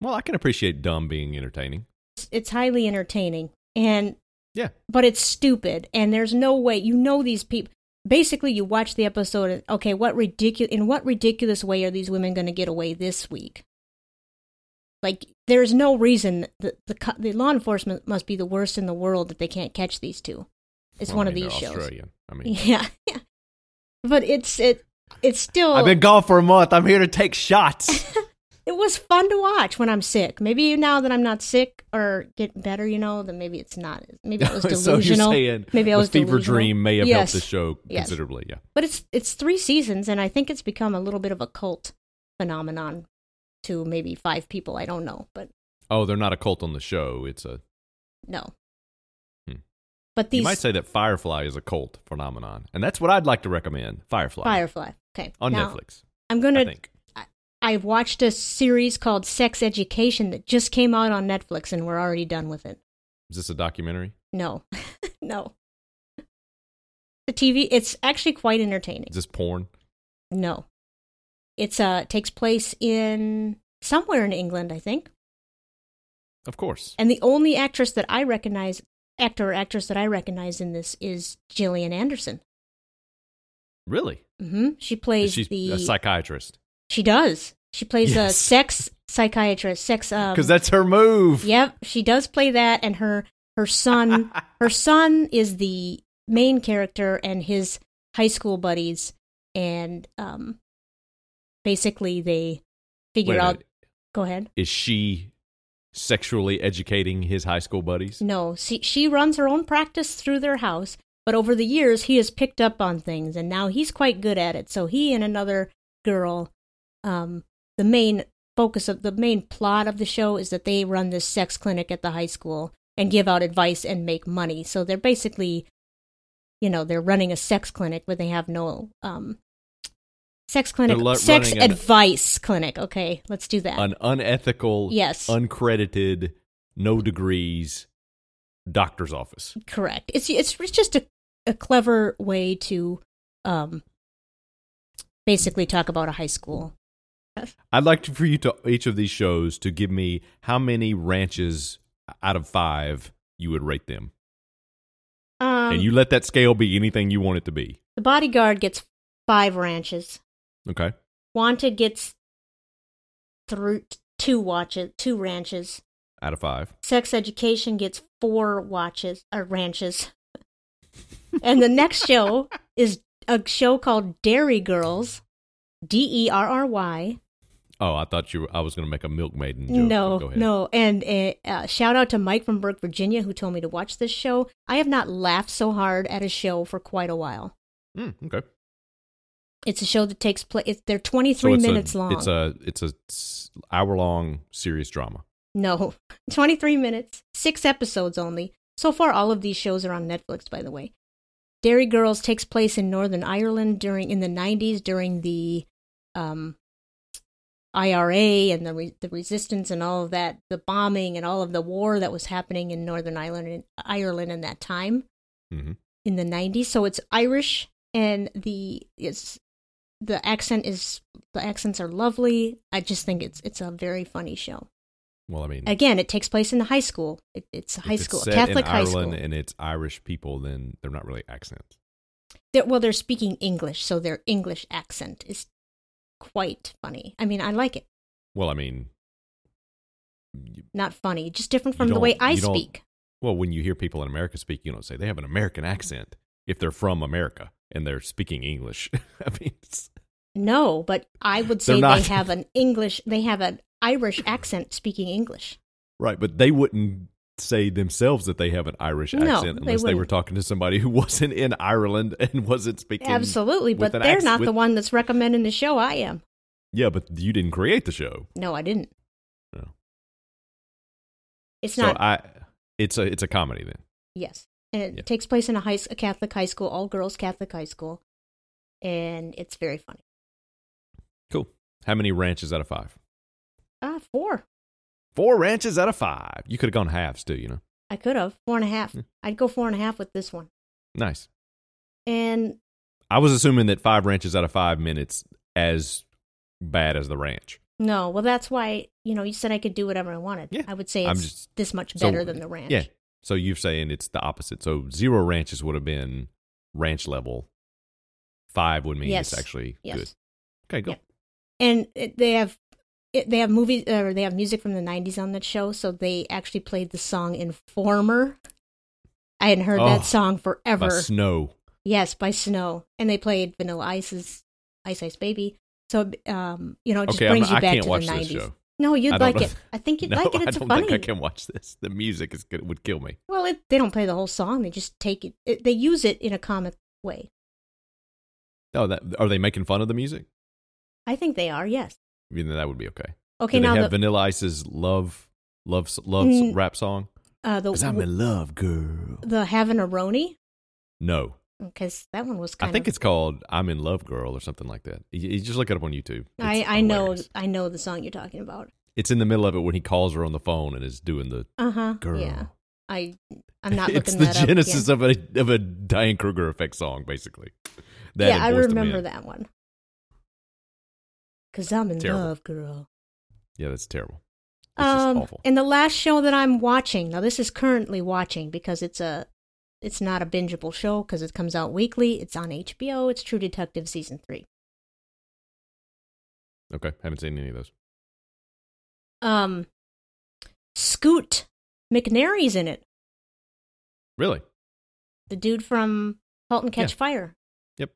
Well, I can appreciate dumb being entertaining. It's, it's highly entertaining. And Yeah, but it's stupid and there's no way you know these people basically you watch the episode and okay what ridiculous in what ridiculous way are these women going to get away this week like there's no reason the, the co- the law enforcement must be the worst in the world that they can't catch these two it's Well, one I of mean, these they're shows Australian. I mean, *laughs* yeah but it's it it's still I've been gone for a month. I'm here to take shots. *laughs* it was fun to watch when i'm sick maybe now that i'm not sick or getting better you know then maybe it's not *laughs* maybe it was so delusional you're saying maybe i the was fever delusional. dream may have helped Yes. the show Yes. considerably. Yeah. But it's it's three seasons, and I think it's become a little bit of a cult phenomenon to maybe five people. I don't know, but Oh, they're not a cult on the show. It's a. no. Hmm. But these You might say that Firefly is a cult phenomenon, and that's what I'd like to recommend. Firefly Firefly. Okay, on now, Netflix. I'm I gonna. think. I watched a series called Sex Education that just came out on Netflix, and we're already done with it. Is this a documentary? No, *laughs* no. The TV. It's actually quite entertaining. Is this porn? No. It's uh takes place in somewhere in England, I think. Of course. And the only actress that I recognize, actor or actress that I recognize in this is Gillian Anderson. Really? hmm She plays She's the. a psychiatrist she does. She plays a Yes. sex psychiatrist. Sex. Um, because that's her move. Yep, she does play that, and her her *laughs* son her son is the main character and his high school buddies, and um, basically they Wait a figure out. minute. Go ahead. Is she sexually educating his high school buddies? No, she, she runs her own practice through their house, but over the years he has picked up on things and now he's quite good at it. So he and another girl, um, the main focus of the main plot of the show is that they run this sex clinic at the high school and give out advice and make money. So they're basically, you know, they're running a sex clinic, but they have no um, sex clinic, They're lu- sex running an- advice clinic. Okay, let's do that. An unethical, Yes. uncredited, no degrees doctor's office. correct it's it's just a, a clever way to um basically talk about a high school I'd like to, for you to each of these shows to give me how many ranches out of five you would rate them, um and you let that scale be anything you want it to be. the bodyguard gets five ranches Okay. wanted gets through two watches two ranches Out of five. sex education gets four watches or ranches *laughs* and the next show is a show called dairy girls E d-e-r-r-y Oh, I thought you. Were, I was going to make a milk maiden joke. No, Go ahead. no. And uh, uh, shout out to Mike from Burke, Virginia, who told me to watch this show. I have not laughed so hard at a show for quite a while. Mm, okay. It's a show that takes place. They're 23 So it's a- minutes long. It's a it's a s- hour long serious drama. no, *laughs* 23 minutes, six episodes only. So far, all of these shows are on Netflix, by the way. Dairy Girls takes place in Northern Ireland during in the 90s during the um, IRA and the re- the resistance and all of that, the bombing and all of the war that was happening in Northern Ireland and Ireland in that time Mhm. in the 90s. So it's Irish and the it's the accent is the accents are lovely. I just think it's it's a very funny show. Well, I mean, Again, it takes place in the high school. It, it's a high if it's school, a set Catholic in high Ireland school. and it's Irish people, then they're not really accents. They're, well, they're speaking English, so their English accent is quite funny. I mean, I like it. Well, I mean, Not funny, just different You from the don't- way I you don't- speak. well, when you hear people in America speak, you don't say they have an American accent if they're from America and they're speaking English. *laughs* I mean, it's, No, but I would say not. they have an English, they have an Irish accent speaking English. right, but they wouldn't say themselves that they have an Irish No, accent they unless they, were wouldn't. talking to somebody who *laughs* wasn't in Ireland and wasn't speaking. Absolutely, with an but they're acc- not the with- one that's recommending the show. I am. Yeah, but you didn't create the show. No, I didn't. No. It's so not. I, it's a it's a comedy then. Yes, and it Yeah. takes place in a high, s- a Catholic high school, all girls Catholic high school, and it's very funny. Cool. How many ranches out of five? Ah, four. Four ranches out of five. You could have gone halves too. You know, I could have four and a half. Hmm. I'd go four and a half with this one. nice. And I was assuming that five ranches out of five meant it's as bad as the ranch. no, well, that's why you know you said I could do whatever I wanted. Yeah, I would say I'm it's just- this much So- better than the ranch. Yeah. So you're saying it's the opposite. So zero ranches would have been ranch level. Five would mean Yes. it's actually Yes. good. Okay, cool. and it, they have it, they have movies or they have music from the 90s on that show so they actually played the song informer i hadn't heard Oh, that song By forever snow. yes by snow and they played vanilla ice's ice ice baby so um you know it just Okay, I'm, brings I you back can't to watch the 90s this show. no I you'd don't like know- it i think you'd *laughs* no, like it it's I don't funny think I can watch this. The music is good, would kill me. well it, they don't play the whole song they just take it, it they use it in a comic way Oh, that, are they making fun of the music? i think they are yes I mean, that would be okay. okay Do they now have the, Vanilla Ice's love, love, s- love s- Mm. rap song? uh, the, Because I'm in love, girl. the having a roni No, because Oh, that one was I kind of think it's called "I'm in Love, Girl" or something like that. You, you just look it up on YouTube. It's I, I know hilarious. I know the song you're talking about. it's in the middle of it when he calls her on the phone and is doing the Uh huh. girl. Yeah. I I'm *laughs* not it's looking the that up. genesis again. of a of a Diane Kruger effect song, basically. That yeah, and I Voice to remember Men. that one. Cause I'm in Terrible. love, girl. Yeah, that's terrible. It's Um, just awful. and the last show that I'm watching now, this is currently watching because it's a it's not a bingeable show because it comes out weekly. It's on HBO. It's True Detective season three. okay, haven't seen any of those. Um, Scoot McNairy's in it. Really? the dude from *Halt and Catch Yeah. Fire. Yep.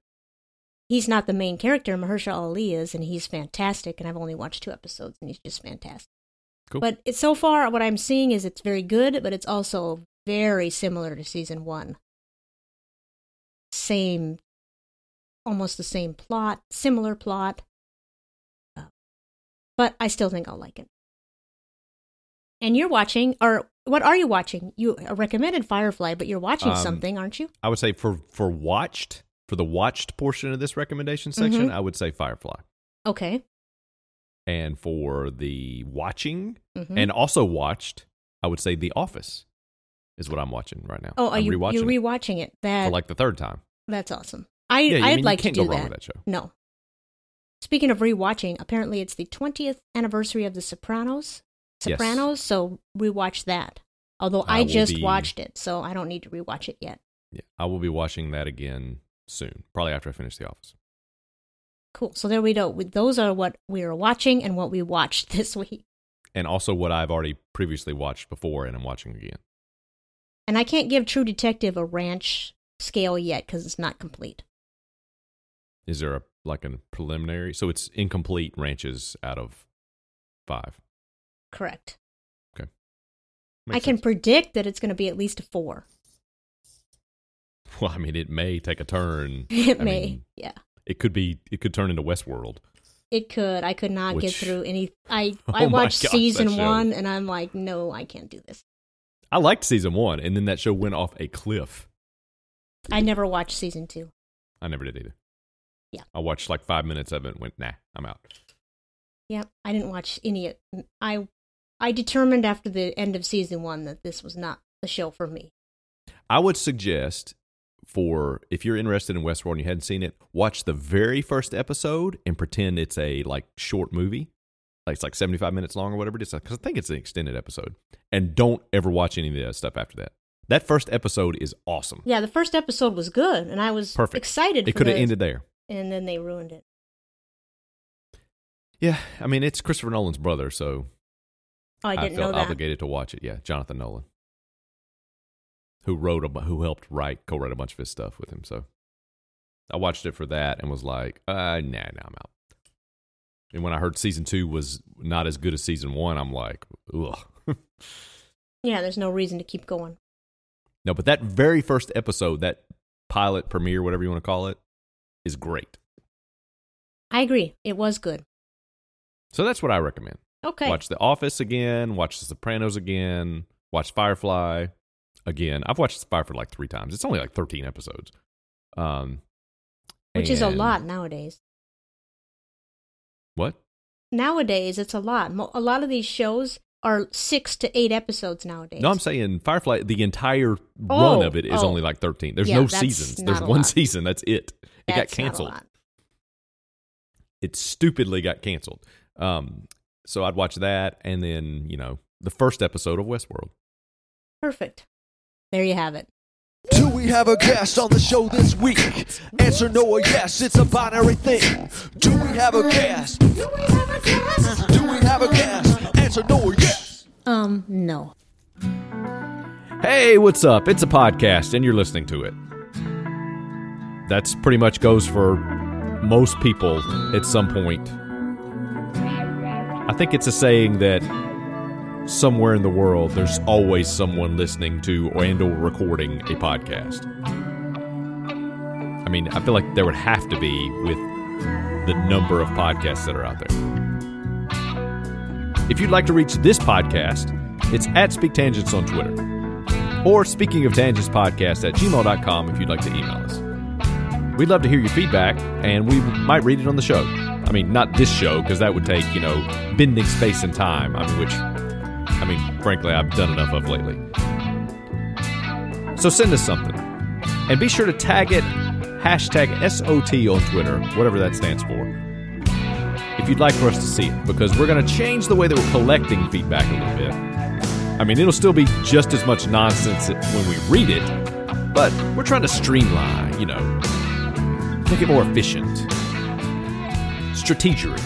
He's not the main character. Mahershala Ali is, and he's fantastic. And I've only watched two episodes, and he's just fantastic. Cool. But it's so far what I'm seeing is it's very good, but it's also very similar to season one. Same, almost the same plot, similar plot. Uh, But I still think I'll like it. And you're watching, or what are you watching? You recommended Firefly, but you're watching Um, something, aren't you? I would say for for watched for the watched portion of this recommendation section, Mhm. I would say Firefly. Okay. And for the watching Mhm. and also watched, I would say The Office is what I'm watching right now. Oh, are I'm you rewatching you're it rewatching it? That for like the third time. that's awesome. I Yeah, I I'd mean, you like can't to go do wrong that. with that show. No. Speaking of rewatching, apparently it's the twentieth anniversary of The Sopranos. Yes. Sopranos, so rewatch that. Although I I, will just be- watched it, so I don't need to rewatch it yet. Yeah, I will be watching that again soon, probably after I finish The Office. Cool. So there we go. We- Those are what we are watching and what we watched *laughs* this week. And also what I've already previously watched before and I'm watching again. And I can't give True Detective a ranch scale yet because it's not complete. Is there a like a preliminary? So it's incomplete ranches out of five. Correct. I Makes can sense. *laughs* predict that it's going to be at least a four. *laughs* Well, I mean, it may take a *laughs* turn. It I may. mean, yeah. it could be. It could turn into Westworld. It could. I could not get Which- through any. I *laughs* Oh I my watched gosh, that season show. one, and I'm like, no, I can't do this. I liked season one, and then that show went off a cliff. I never watched season two. I never did either. Yeah. I watched like five minutes of it and went, nah, I'm out. Yeah, I didn't watch any of I I determined after the end of season 1 that this was not the show for me. I would suggest for if you're interested in Westworld and you hadn't seen it, watch the very first episode and pretend it's a like short movie. Like it's like 75 minutes long or whatever it is cuz I think it's an extended episode. And don't ever watch any of the stuff after that. That first episode is awesome. Yeah, the first episode was good and I was Perfect. excited It for could have the- ended there. and then they ruined it. Yeah, I mean it's Christopher Nolan's brother, so Oh, I didn't felt know that. obligated to watch it. Yeah, Jonathan Nolan, who wrote, a, bu- who helped write, co-write a bunch of his stuff with him. So I watched it for that and was like, uh, nah, nah, I'm out. And when I heard season two was not as good as season one, I'm like, ugh. *laughs* Yeah, there's no reason to keep going. no, but that very first episode, that pilot premiere, whatever you want to call it, is great. I agree. It was good. So that's what I recommend. Okay. Watch The Office again. Watch The Sopranos again. Watch Firefly again. I've watched Firefly like three times. It's only like thirteen episodes, um, Which is a and- lot nowadays. What? Nowadays, it's a lot. Mo- A lot of these shows are six to eight episodes nowadays. No, I'm saying Firefly. The entire run Oh, of it is oh. only like thirteen. There's Yeah, no that's seasons. not There's a one lot. season. That's it. it got That's not a canceled. lot. It stupidly got canceled. Um, so I'd watch that, and then you know the first episode of Westworld. Perfect. There you have it. Do we have a guest on the show this week? Answer no or yes, it's a binary thing. Do we have a guest? Do we have a guest? Answer no or yes. Um, no. Hey, what's up? It's a podcast, and you're listening to it. That's pretty much goes for most people at some point. I think it's a saying that somewhere in the world, there's always someone listening to and or recording a podcast. I mean, I feel like there would have to be with the number of podcasts that are out there. If you'd like to reach this podcast, it's at Speak Tangents on Twitter or speaking of tangents podcast at gmail.com if you'd like to email us we'd love to hear your feedback and we might read it on the show i mean not this show because that would take you know bending space and time I mean, which i mean frankly i've done enough of lately so send us something and be sure to tag it hashtag sot on twitter whatever that stands for if you'd like for us to see it because we're going to change the way that we're collecting feedback a little bit I mean, it'll still be just as much nonsense when we read it, but we're trying to streamline, you know, make it more efficient. Strategery.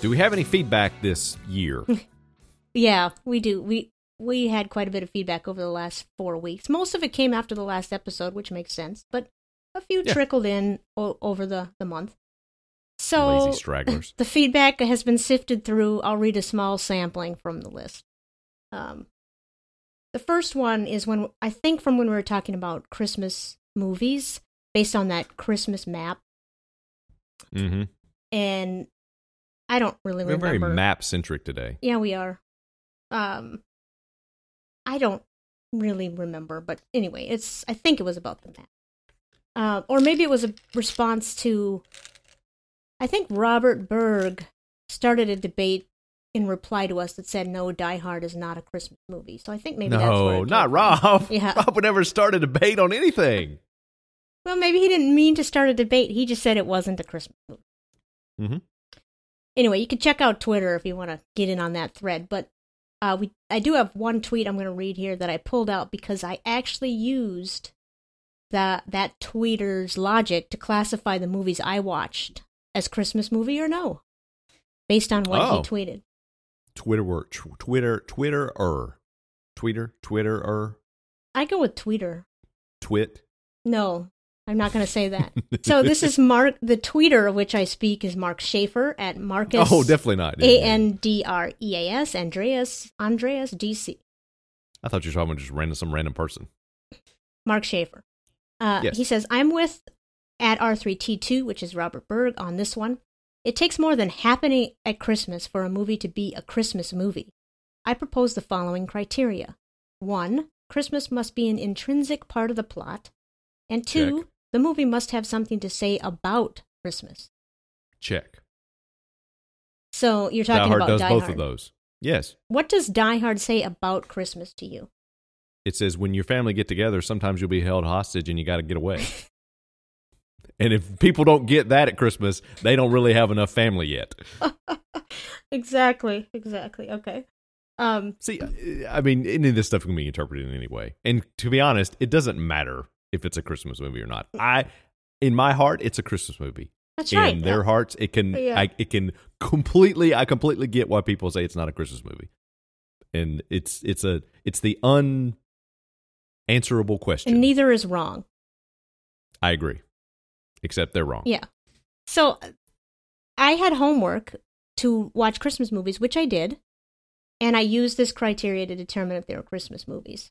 Do we have any feedback this *laughs* year? Yeah, we do. We we had quite a bit of feedback over the last four weeks. Most of it came after the last episode, which makes sense, but a few Yeah. trickled in o- over the the month. So Lazy stragglers. *laughs* the feedback has been sifted through. I'll read a small sampling from the list. Um, the first one is when I think from when we were talking about Christmas movies, based on that Christmas map, Mm-hmm. and I don't really We're very remember. map centric today. Yeah, we are. Um, I don't really remember, but anyway, it's. I think it was about the map, uh, or maybe it was a response to. I think Robert Berg started a debate in reply to us that said, "No, Die Hard is not a Christmas movie." So I think maybe that's where it no, came not from. Rob. *laughs* Yeah. Rob would never start a debate on anything. Well, maybe he didn't mean to start a debate. He just said it wasn't a Christmas movie. Mhm. Anyway, you can check out Twitter if you want to get in on that thread. But uh, we, I do have one tweet I'm going to read here that I pulled out because I actually used that that tweeter's logic to classify the movies I watched as Christmas movie or no, based on what Oh. he tweeted. Twitter, wor- tw- Twitter, Twitter, er, Twitter, Twitter, er, I go with tweeter. twit. No, I'm not going to *laughs* say that. so this is Mark, the tweeter of which I speak is Mark Schaefer at Marcus. Oh, definitely not. Yeah, A yeah, yeah. N D R E A S, Andreas, Andreas DC, I thought you were talking about just random some random person. Mark Schaefer. Uh, Yes. He says, I'm with at R3T2, which is Robert Berg, on this one. It takes more than happening at Christmas for a movie to be a Christmas movie. I propose the following criteria one, Christmas must be an intrinsic part of the plot, and two, Check. the movie must have something to say about Christmas. Check. So you're Die talking Hard about does Die both Hard. of those. Yes. What does Die Hard say about Christmas to you? It says when your family get together, sometimes you'll be held hostage and you got to get *laughs* away. and if people don't get that at Christmas, they don't really have enough family yet. Exactly. Exactly. Okay. Um. See, uh, I- I mean, any of this stuff can be interpreted in any way. And to be honest, it doesn't matter if it's a Christmas movie or not. I, in my heart, it's a Christmas movie. That's in right. Uh, their hearts, it can, Yeah. I, it can completely. I completely get why people say it's not a Christmas movie. And it's it's a it's the unanswerable question. and neither is wrong. I agree, except they're wrong. Yeah. So I had homework to watch Christmas movies, which I did, and I used this criteria to determine if they were Christmas movies.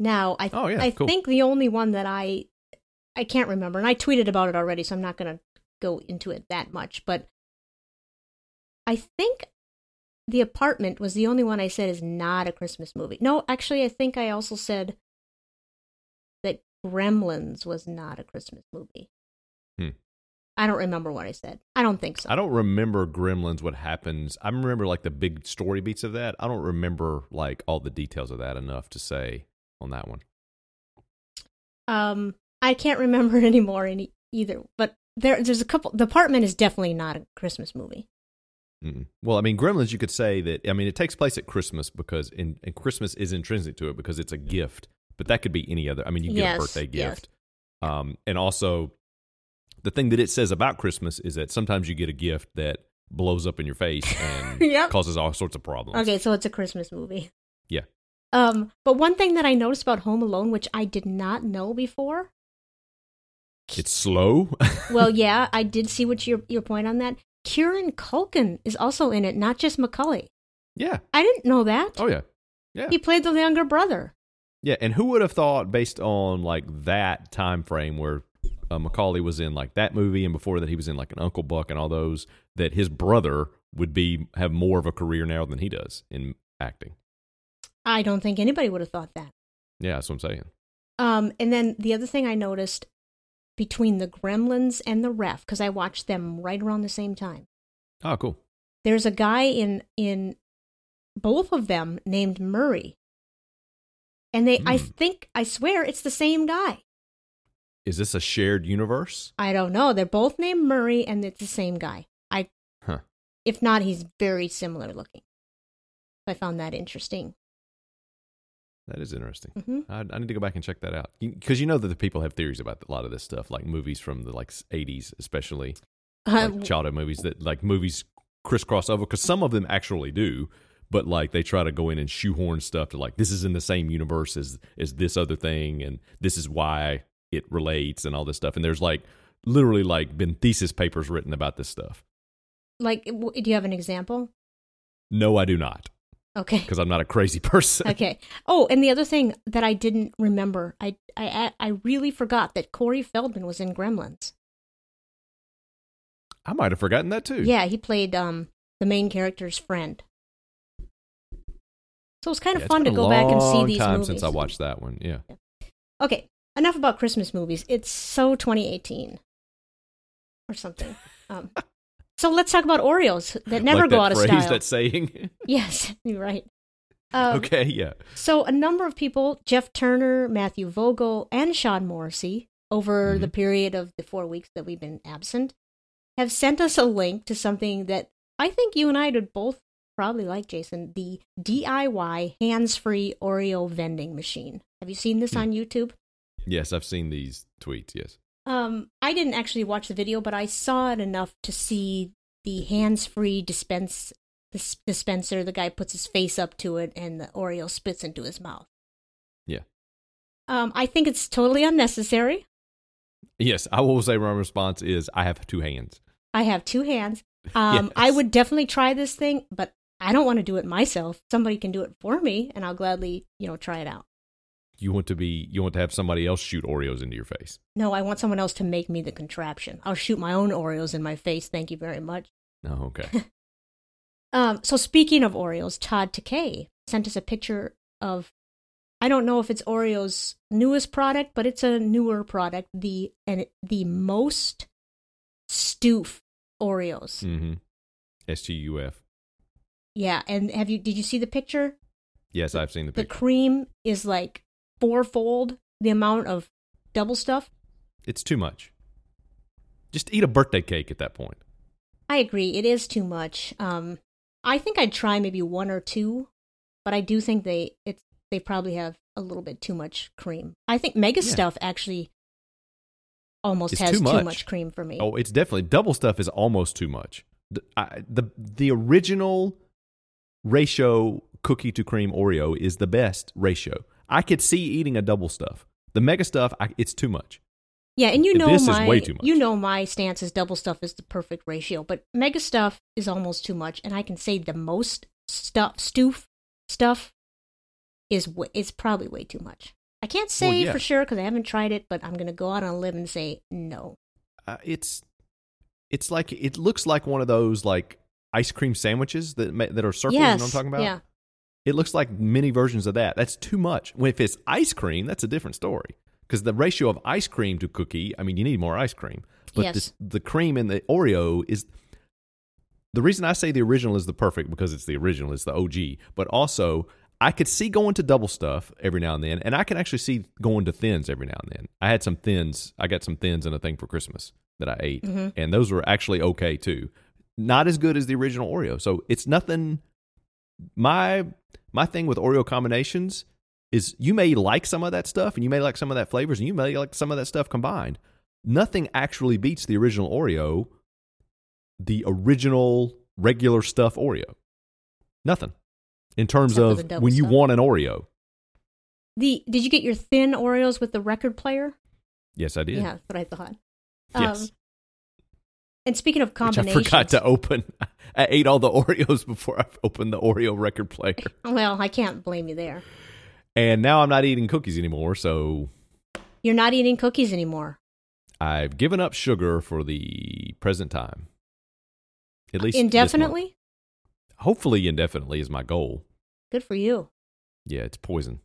Now, I Oh, yeah, I cool. think the only one that I I can't remember, and I tweeted about it already, so I'm not going to go into it that much, but I think The Apartment was the only one I said is not a Christmas movie. No, actually, I think I also said that Gremlins was not a Christmas movie. Hmm. I don't remember what I said. I don't think so. I don't remember Gremlins. What happens? I remember like the big story beats of that. I don't remember like all the details of that enough to say on that one. um, I can't remember *laughs* anymore any, either. But there, there's a couple. The Apartment is definitely not a Christmas movie. Mm-mm. Well, I mean, Gremlins. You could say that. I mean, it takes place at Christmas because in and Christmas is intrinsic to it because it's a gift. But that could be any other. I mean, you get Yes, a birthday yes. gift, um, and also the thing that it says about Christmas is that sometimes you get a gift that blows up in your face and *laughs* Yep. causes all sorts of problems. Okay, so it's a Christmas movie. Yeah. Um, but one thing that I noticed about Home Alone, which I did not know before, It's slow. *laughs* well, yeah, I did see what your your point on that. Kieran Culkin is also in it, not just Macaulay. yeah. I didn't know that. Oh yeah. Yeah. He played the younger brother. Yeah, and who would have thought, based on like that time frame where uh, Macaulay was in like that movie, and before that he was in like an Uncle Buck and all those, that his brother would be have more of a career now than he does in acting. I don't think anybody would have thought that. Yeah, that's what I'm saying. Um, and then the other thing I noticed between the Gremlins and the Ref, because I watched them right around the same time. Oh, cool. There's a guy in in both of them named Murray, and they I Hmm. think I swear it's the same guy. Is this a shared universe? I don't know. They're both named Murray, and it's the same guy. I, Huh. if not, he's very similar looking. I found that interesting. That is interesting. Mhm. I, I need to go back and check that out because you know that the people have theories about a lot of this stuff, like movies from the like '80s, especially Uh, like childhood movies that like movies crisscross over because some of them actually do but like they try to go in and shoehorn stuff to like this is in the same universe as as this other thing and this is why it relates and all this stuff and there's like literally like been thesis papers written about this stuff like, w- do you have an example? no i do not *laughs* Okay. *laughs* because i'm not a crazy person okay. Oh, and the other thing that I didn't remember, I I I really forgot that Corey Feldman was in Gremlins. i might have forgotten that too Yeah, he played um the main character's friend. So it was kind Yeah, of it's fun to been a go back and see long these time movies. since i watched that one yeah Okay, enough about Christmas movies. It's so 2018 or *laughs* something. Um, so let's talk about Oreos that never Like go that out of phrase, style. that saying *laughs* Yes, *laughs* you're right. Um, okay yeah So a number of people, Jeff Turner, Matthew Vogel, and Sean Morrissey, over Mhm. the period of the four weeks that we've been absent, have sent us a link to something that I think you and I would both probably like, Jason, the DIY hands-free Oreo vending machine. Have you seen Mm. this on YouTube? yes i've seen these tweets yes Um, I didn't actually watch the video, but I saw it enough to see the hands-free dispense dis- dispenser. The guy puts his face up to it, and the Oreo spits into his mouth. Yeah. Um, I think it's totally unnecessary. yes i will say my response is i have two hands I have two *laughs* hands. Um, I Yes. would definitely try this thing, but I don't want to do it myself. Somebody can do it for me, and I'll gladly, you know, try it out. you want to be you want to have somebody else shoot Oreos into your face. No, I want someone else to make me the contraption. I'll shoot my own Oreos in my face. Thank you very much. Oh, *laughs* okay. Um, so speaking of Oreos, Todd Takei sent us a picture of I don't know if it's Oreo's newest product, but it's a newer product, the and it, the most stoof Oreos. hmm S T U F. Yeah, and have you did you see the picture? Yes, I've seen the The picture. cream is like fourfold the amount of double stuff. It's too much. Just eat a birthday cake at that point. I agree, it is too much. Um I think I'd try maybe one or two, but I do think they it's they probably have a little bit too much cream. I think mega Yeah. stuff actually almost It's has too too much. much. cream for me. Oh, it's definitely double stuff is almost too much. The, I, the the original ratio cookie to cream Oreo is the best ratio. I could see eating a double stuff. The mega stuff, I, it's too much. Yeah, and you Th- know this is my way too much. you know my stance is double stuff is the perfect ratio, but mega stuff is almost too much, and I can say the most stuff stoof stuff is wa- is probably way too much. I can't say yeah. for sure because I haven't tried it, but I'm gonna go out on a limb and say no. Uh, it's it's like it looks like one of those like ice cream sandwiches that ma- that are circles. you know what I'm Yes, talking about? Yeah, It looks like many versions of that. That's too much. When if it's ice cream, that's a different story. Because the ratio of ice cream to cookie, I mean, you need more ice cream. But Yes. this, the cream in the Oreo is the reason I say the original is the perfect because it's the original, it's the OG. But also, I could see going to double stuff every now and then, and I can actually see going to thins every now and then. I had some thins, I got some thins and a thing for Christmas that I ate, and those were actually okay too. Not as good as the original Oreo, so it's nothing. My my thing with Oreo combinations is you may like some of that stuff, and you may like some of that flavors, and you may like some of that stuff combined. Nothing actually beats the original Oreo the original regular stuff Oreo. Nothing. In terms Except for the of double when you stuff. want an Oreo. the did you get your thin Oreos with the record player? Yes, I did. Yeah, that's what I thought. Yes. and speaking of Which I um, combinations, forgot to open. *laughs* I ate all the *laughs* Oreos before I opened the Oreo record player. Well, I can't blame you there. And now I'm not eating cookies anymore, so You're not eating cookies anymore. I've given up sugar for the present time. At least this month. indefinitely. Hopefully indefinitely is my goal. Good for you. Yeah, it's poison.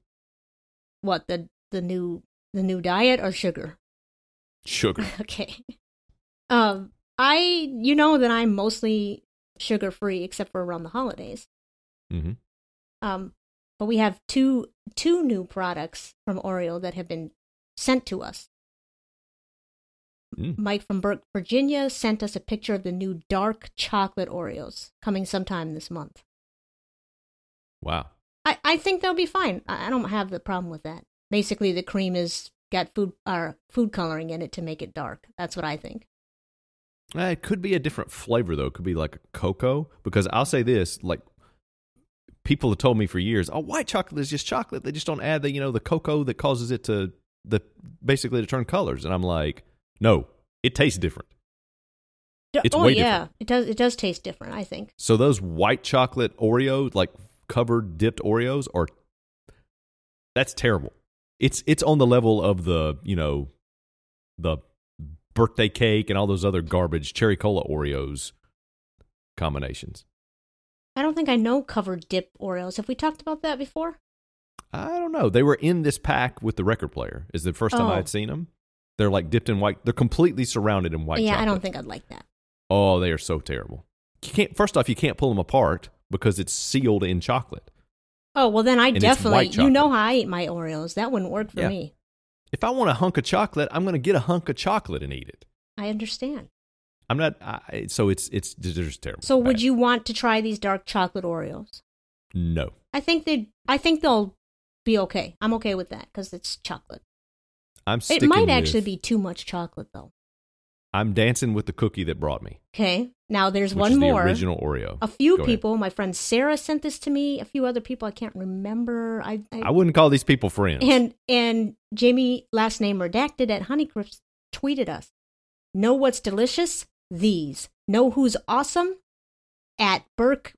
what the the new the new diet or sugar *laughs* Sugar. okay um i you know that i'm mostly sugar free except for around the holidays Mhm. um but we have two two new products from oreo that have been sent to us Mm. mike from burke virginia sent us a picture of the new dark chocolate oreos coming sometime this month Wow. I, I think they'll be fine. I, I don't have the problem with that. Basically, the cream is got food or food coloring in it to make it dark. That's what I think. Uh, It could be a different flavor though. It could be like a cocoa because I'll say this: like people have told me for years, oh, white chocolate is just chocolate. They just don't add the you know the cocoa that causes it to the basically to turn colors. And I'm like, no, it tastes different. D- It's oh way yeah, it does. It does taste different. I think. So those white chocolate Oreos, like covered dipped Oreos, are that's terrible. It's it's on the level of the you know the birthday cake and all those other garbage cherry cola Oreos combinations. I don't think I know covered dip Oreos. Have we talked about that before? I don't know. They were in this pack with the record player. Is the first time Oh. I had seen them. They're like dipped in white. They're completely surrounded in white. yeah, I don't chocolate. think I'd like that. Oh, they are so terrible. You can't. First off, you can't pull them apart because it's sealed in chocolate. Oh well, then I And it's definitely. white You know how I eat my Oreos. That wouldn't work for Yeah. me. If I want a hunk of chocolate, I'm going to get a hunk of chocolate and eat it. I understand. I'm not. I, so it's it's they're just terrible. So would Bad. you want to try these dark chocolate Oreos? No, I think they. I think they'll be okay. I'm okay with that because it's chocolate. I'm. it Sticking might with- actually be too much chocolate though. I'm dancing with the cookie that brought me. Okay. Now there's which one is more. The original Oreo. A few Go ahead. people, my friend Sarah sent this to me. A few other people I can't remember. I, I, I wouldn't call these people friends. and and Jamie last name redacted at Honeycrisp tweeted us. Know what's delicious? These. Know who's awesome? At Burke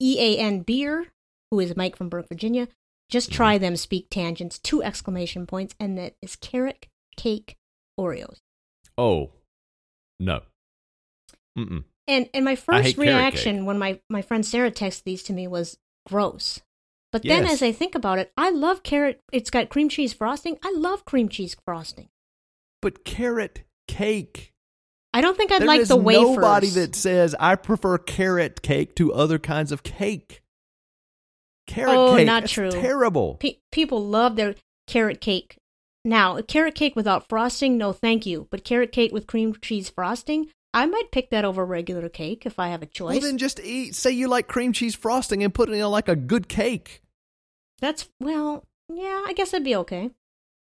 E A N Beer, who is Mike from Burke, Virginia. Just Mm-hmm. try them, speak tangents, two exclamation points, and that is carrot cake Oreos. oh, no. Mm-mm. And and my I hate first carrot reaction when my my friend Sarah texted these to me was gross. But then Yes. as I think about it, I love carrot. It's got cream cheese frosting. I love cream cheese frosting. But carrot cake. I don't think I'd There like is the wafers. nobody that says I prefer carrot cake to other kinds of cake. Carrot Oh, cake, not that's true. Terrible. Pe- people love their carrot cake. Now, a carrot cake without frosting, no thank you. But carrot cake with cream cheese frosting, I might pick that over regular cake if I have a choice. Well, then just eat. Say you like cream cheese frosting and put it in like a good cake. That's well, yeah, I guess I'd be *laughs* okay.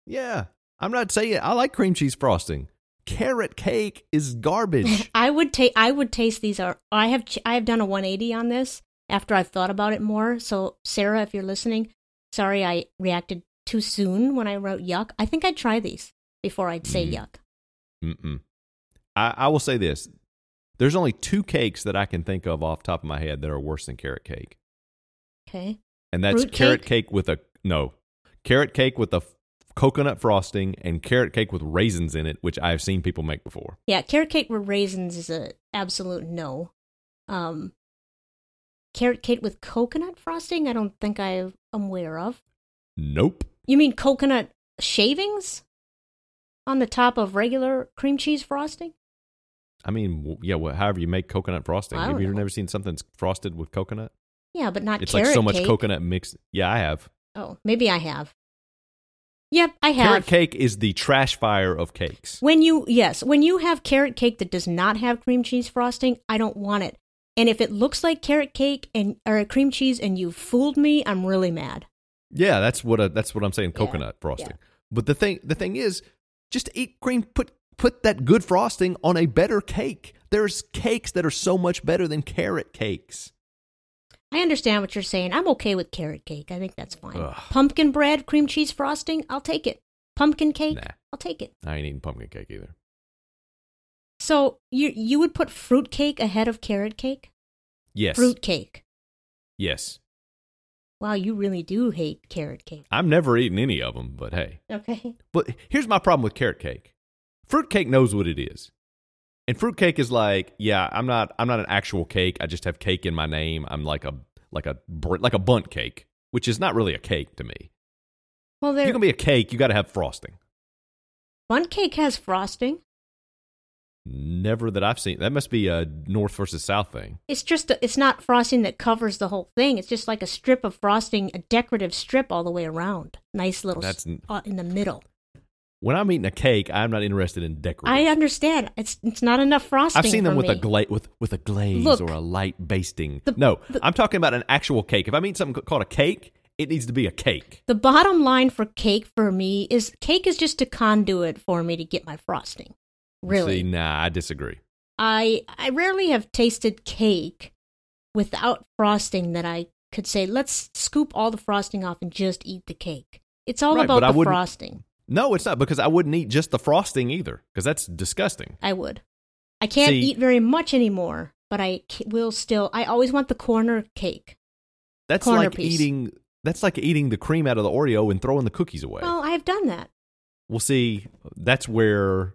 Yeah, I'm not saying I like cream cheese frosting. Carrot cake is *laughs* garbage. I would take I would taste these are I have ch- I have done a 180 on this after I've thought about it more. So, Sarah, if you're listening, sorry I reacted too soon when I wrote yuck. I think I'd try these before I'd Mm-hmm. say yuck. Mm-mm. I, I will say this: there's only two cakes that I can think of off the top of my head that are worse than carrot cake, Okay. and that's Fruit carrot cake? cake with a no, carrot cake with a f- coconut frosting and carrot cake with raisins in it, which I have seen people make before. Yeah, carrot cake with raisins is a absolute no. Um carrot cake with coconut frosting, I don't think I am aware of. Nope. You mean coconut shavings on the top of regular cream cheese frosting? I mean, w- yeah, well, however you make coconut frosting. I Have don't you know. never seen something that's frosted with coconut? Yeah, but not it's like carrot so much cake. coconut mixed. Yeah, I have. Oh, maybe I have. Yep, I Carrot have. cake is the trash fire of cakes. When you yes, when you have carrot cake that does not have cream cheese frosting, I don't want it. And if it looks like carrot cake and or cream cheese and you fooled me, I'm really mad. Yeah, that's what I, that's what I'm saying. Yeah, Coconut frosting. yeah. But the thing the thing is, just eat cream. Put put that good frosting on a better cake. There's cakes that are so much better than carrot cakes. I understand what you're saying. I'm okay with carrot cake. I think that's fine. Ugh. Pumpkin bread, cream cheese frosting, I'll take it. Pumpkin cake, Nah. I'll take it. I ain't eating pumpkin cake either. So you you would put fruit cake ahead of carrot cake? Yes, Fruit cake. yes. Wow, you really do hate carrot cake. I'm never eating any of them. But hey, Okay. But here's my problem with carrot cake. Fruit cake knows what it is. And fruit cake is like, yeah, I'm not I'm not an actual cake. I just have cake in my name. I'm like a like a br- like a bunt cake, which is not really a cake to me. Well, If there you're going to be a cake, you got to have frosting. Bun cake has frosting. Never that I've seen. That must be a north versus south thing. It's just a, it's not frosting that covers the whole thing. It's just like a strip of frosting, a decorative strip all the way around. Nice little That's s- n- uh, in the middle. When I'm eating a cake, I'm not interested in I decorating. understand. It's it's not enough frosting. I've seen them for with me. a gla- with with a glaze Look. or a light basting. The- no, the- I'm talking about an actual cake. If I'm eating something called a cake, it needs to be a cake. The bottom line for cake for me is cake is just a conduit for me to get my frosting. Really. See, nah, I disagree. I I rarely have tasted cake without frosting that I could say let's scoop all the frosting off and just eat the cake. It's all Right, about but I the wouldn't- frosting. No, it's not because I wouldn't eat just the frosting either because that's disgusting. I would. I can't See- eat very much anymore, but I c- will still. I always want the corner cake. That's Corner like piece. eating that's like eating the cream out of the Oreo and throwing the cookies away. Well, I have done that. Well, see, that's where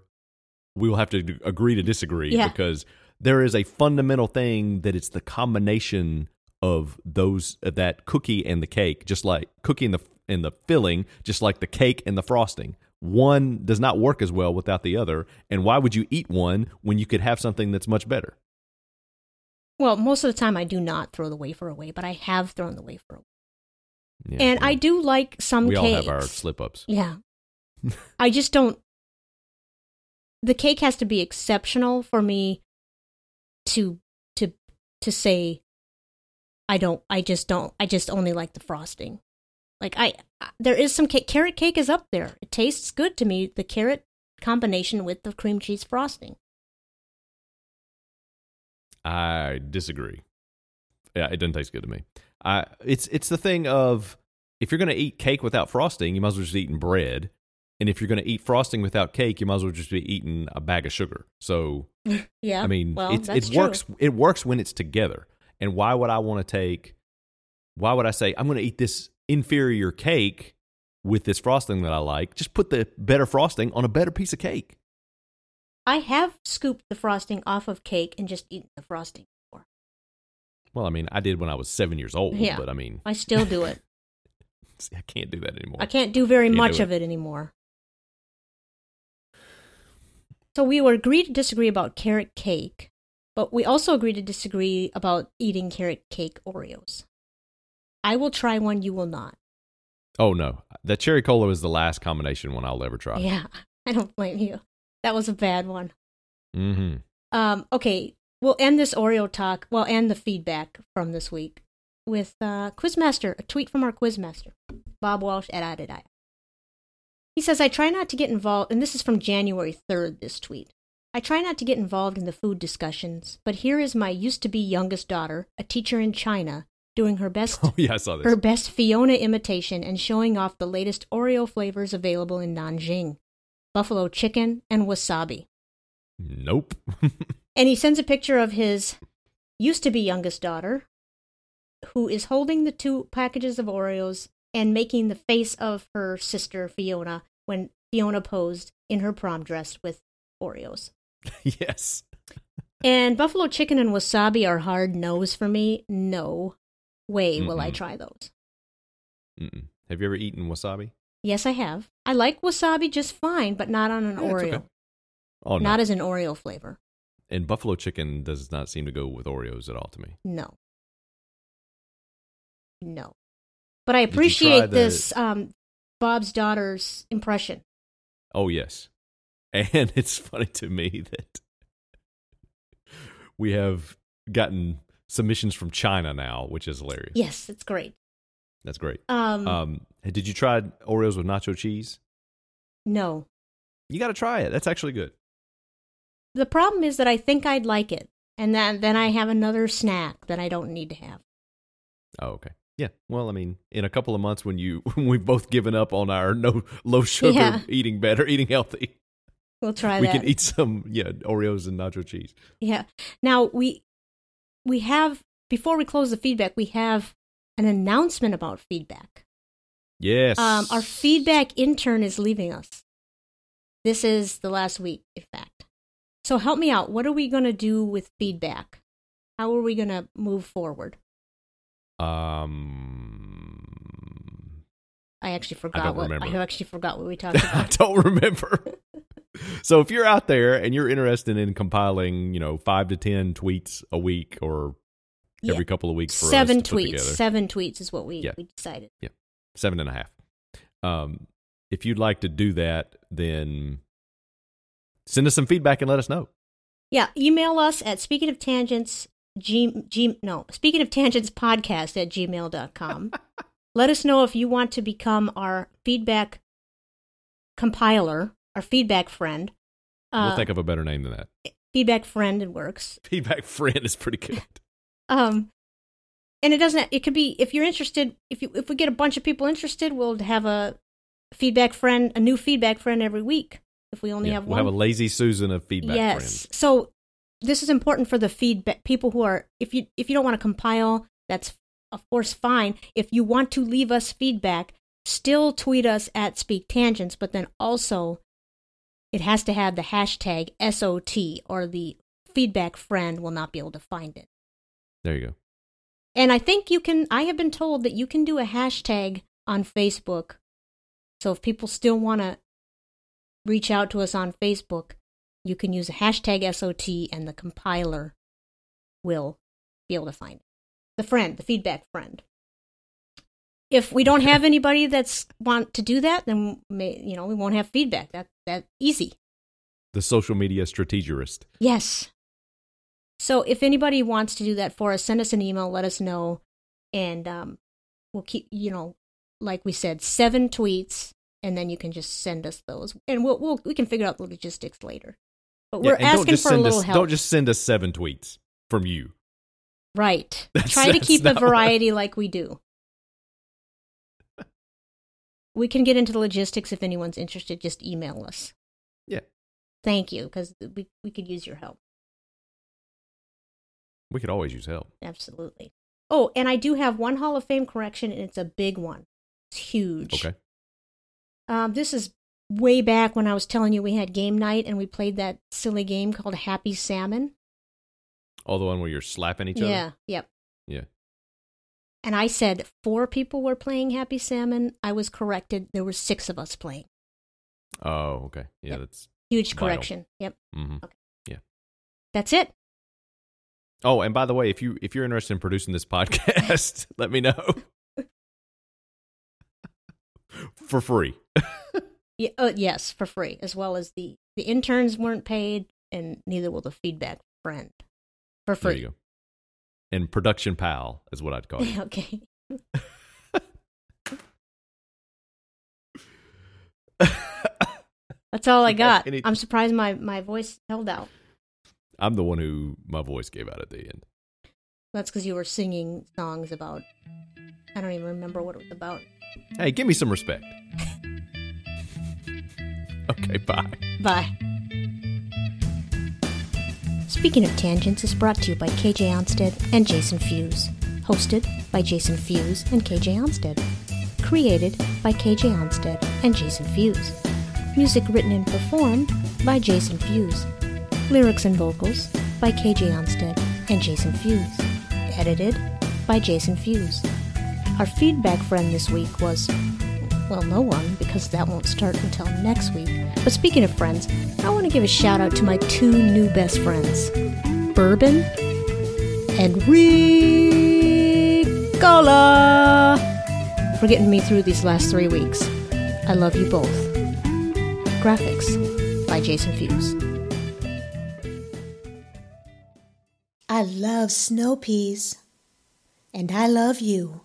we will have to d- agree to disagree Yeah. because there is a fundamental thing that it's the combination of those of that cookie and the cake, just like cookie and the and the filling, just like the cake and the frosting. One does not work as well without the other, and why would you eat one when you could have something that's much better? Well, most of the time I do not throw the wafer away, but I have thrown the wafer away. Yeah, and well. I do like some we cakes. all have our slip ups. Yeah. I just don't. The cake has to be exceptional for me to to to say I don't. I just don't. I just only like the frosting. Like I, I- there is some cake. Carrot cake is up there. It tastes good to me. The carrot combination with the cream cheese frosting. I disagree. Yeah, it doesn't taste good to me. I it's it's the thing of if you're gonna eat cake without frosting, you might as well just be eating bread. And if you're gonna eat frosting without cake, you might as well just be eating a bag of sugar. So Yeah. I mean, well, it's, that's it true. works. It works when it's together. And why would I want to take? Why would I say I'm going to eat this inferior cake with this frosting that I like? Just put the better frosting on a better piece of cake. I have scooped the frosting off of cake and just eaten the frosting before. Well, I mean, I did when I was seven years old, Yeah. but I mean, I still do it. see, I can't do that anymore. I can't do very Can't do much it. of it anymore. So we would agree to disagree about carrot cake, but we also agree to disagree about eating carrot cake Oreos. I will try one, you will not. Oh no, the cherry cola is the last combination one I'll ever try. Yeah, *laughs* I don't blame you. That was a bad one. Mm-hmm. *laughs* Um, okay, we'll end this Oreo talk, well, and the feedback from this week with uh, Quizmaster, a tweet from our Quizmaster, Bob Walsh at Adidai. He says, I try not to get involved, and this is from January 3rd, this tweet. I try not to get involved in the food discussions, but here is my used to be youngest daughter, a teacher in China, doing her best *laughs* Oh yeah, I saw this. her best Fiona imitation and showing off the latest Oreo flavors available in Nanjing buffalo chicken and wasabi. nope. *laughs* And he sends a picture of his used to be youngest daughter who is holding the two packages of Oreos and making the face of her sister Fiona when Fiona posed in her prom dress with Oreos. yes. And buffalo chicken and wasabi are hard no's for me. No way will I Mm-mm. try those. Mm-mm. Have you ever eaten wasabi? Yes, I have. I like wasabi just fine, but not on an Yeah, it's Oreo. okay. Oh no. Not as an Oreo flavor. and buffalo chicken does not seem to go with Oreos at all to me. No. No. But I Did you try appreciate the- this um, Bob's daughter's impression. Oh yes. *laughs* And it's funny to me that we have gotten submissions from China now, which is hilarious. Yes, it's great. That's great. Um, Um, did you try Oreos with nacho cheese? no. You got to try it. That's actually good. The problem is that I think I'd like it. And then, then I have another snack that I don't need to have. Oh, okay. Yeah. Well, I mean, in a couple of months when you *laughs* when we've both given up on our no low sugar Yeah. *laughs* eating better, eating healthy, We'll try we that. can eat some yeah, Oreos and nacho cheese. Yeah. Now we we have before we close the feedback, we have an announcement about feedback. Yes. Um, our feedback intern is leaving us. This is the last week, in fact. So help me out. What are we going to do with feedback? How are we going to move forward? um I actually forgot don't what remember. I actually forgot what we *laughs* *laughs* talked I about. don't remember. *laughs* so if you're out there and you're interested in compiling, you know, 5 to 10 tweets a week or Yeah. every couple of weeks for us Seven to put tweets. together. Seven tweets is what we, Yeah. we decided. seven and a half. Um, if you'd like to do that, then send us some feedback and let us know. Yeah, email us at speaking of tangents g, g no speaking of tangents podcast *laughs* at gmail.com. Let us know if you want to become our feedback compiler, our feedback friend. Uh, we'll think of a better name than that. *laughs* feedback friend it works. Feedback friend is pretty good. Um and it doesn't it could be if you're interested if you if we get a bunch of people interested, we'll have a feedback friend, a new feedback friend every week. If we *laughs* only Yeah, have we'll one have a lazy Susan of feedback yes. friends. So this is important for the feedback people who are if you if you don't want to compile, that's of course fine. If you want to leave us feedback, still tweet us at Speak Tangents, but then also it has to have the hashtag SOT or the feedback friend will not be able to find it. There you go. And I think you can I have been told that you can do a hashtag on Facebook. So if people still want to reach out to us on Facebook, you can use a hashtag SOT and the compiler will be able to find it. The friend, the feedback friend. If we don't have anybody that's want to do that, then may, you know, we won't have feedback. That that easy. The social media strategist. Yes. So if anybody wants to do that for us, send us an email, let us know, and um, we'll keep, you know, like we said, seven tweets, and then you can just send us those, and we'll, we'll we can figure out the logistics later. But we're and don't asking just for a send little us, help, Don't just send us seven tweets from you. *laughs* right? That's- Try to that's keep the not what- variety like we do. we can get into the logistics if anyone's interested. Just email us. Yeah. Thank you, because we we could use your help. We could always use help. Absolutely. Oh, and I do have one Hall of Fame correction, and it's a big one. It's huge. Okay. Um, this is way back when I was telling you we had game night and we played that silly game called Happy Salmon. All the one where you're slapping each yeah. other. Yep. Yeah. And I said four people were playing Happy Salmon. I was corrected. There were six of us playing. Oh, okay. Yeah, Yep. that's Huge correction. Yep. hmm That's it. Oh, and by the way, if you if you're interested in producing this *laughs* podcast, *laughs* let me know for free. Yeah, uh, yes, for free, as well as the the interns weren't paid, and neither will the feedback friend for There free. you go. And production pal is what I'd call *laughs* you. okay. That's all I You have got. any- I'm surprised my my voice held out. I'm the one who my voice gave out at the end. That's because you were singing songs about. I don't even remember what it was about. Hey, give me some respect. *laughs* okay, bye. Bye. Speaking of Tangents is brought to you by KJ Onsted and Jason Fuse. Hosted by Jason Fuse and KJ Onsted. Created by KJ Onsted and Jason Fuse. Music written and performed by Jason Fuse. Lyrics and vocals by KJ Onsted and Jason Fuse. Edited by Jason Fuse. Our feedback friend this week was well, no one, because that won't start until next week. But speaking of friends, I want to give a shout out to my two new best friends, Bourbon and Ricola, for getting me through these last three weeks. I love you both. Graphics by Jason Fuse. I love snow peas. And I love you.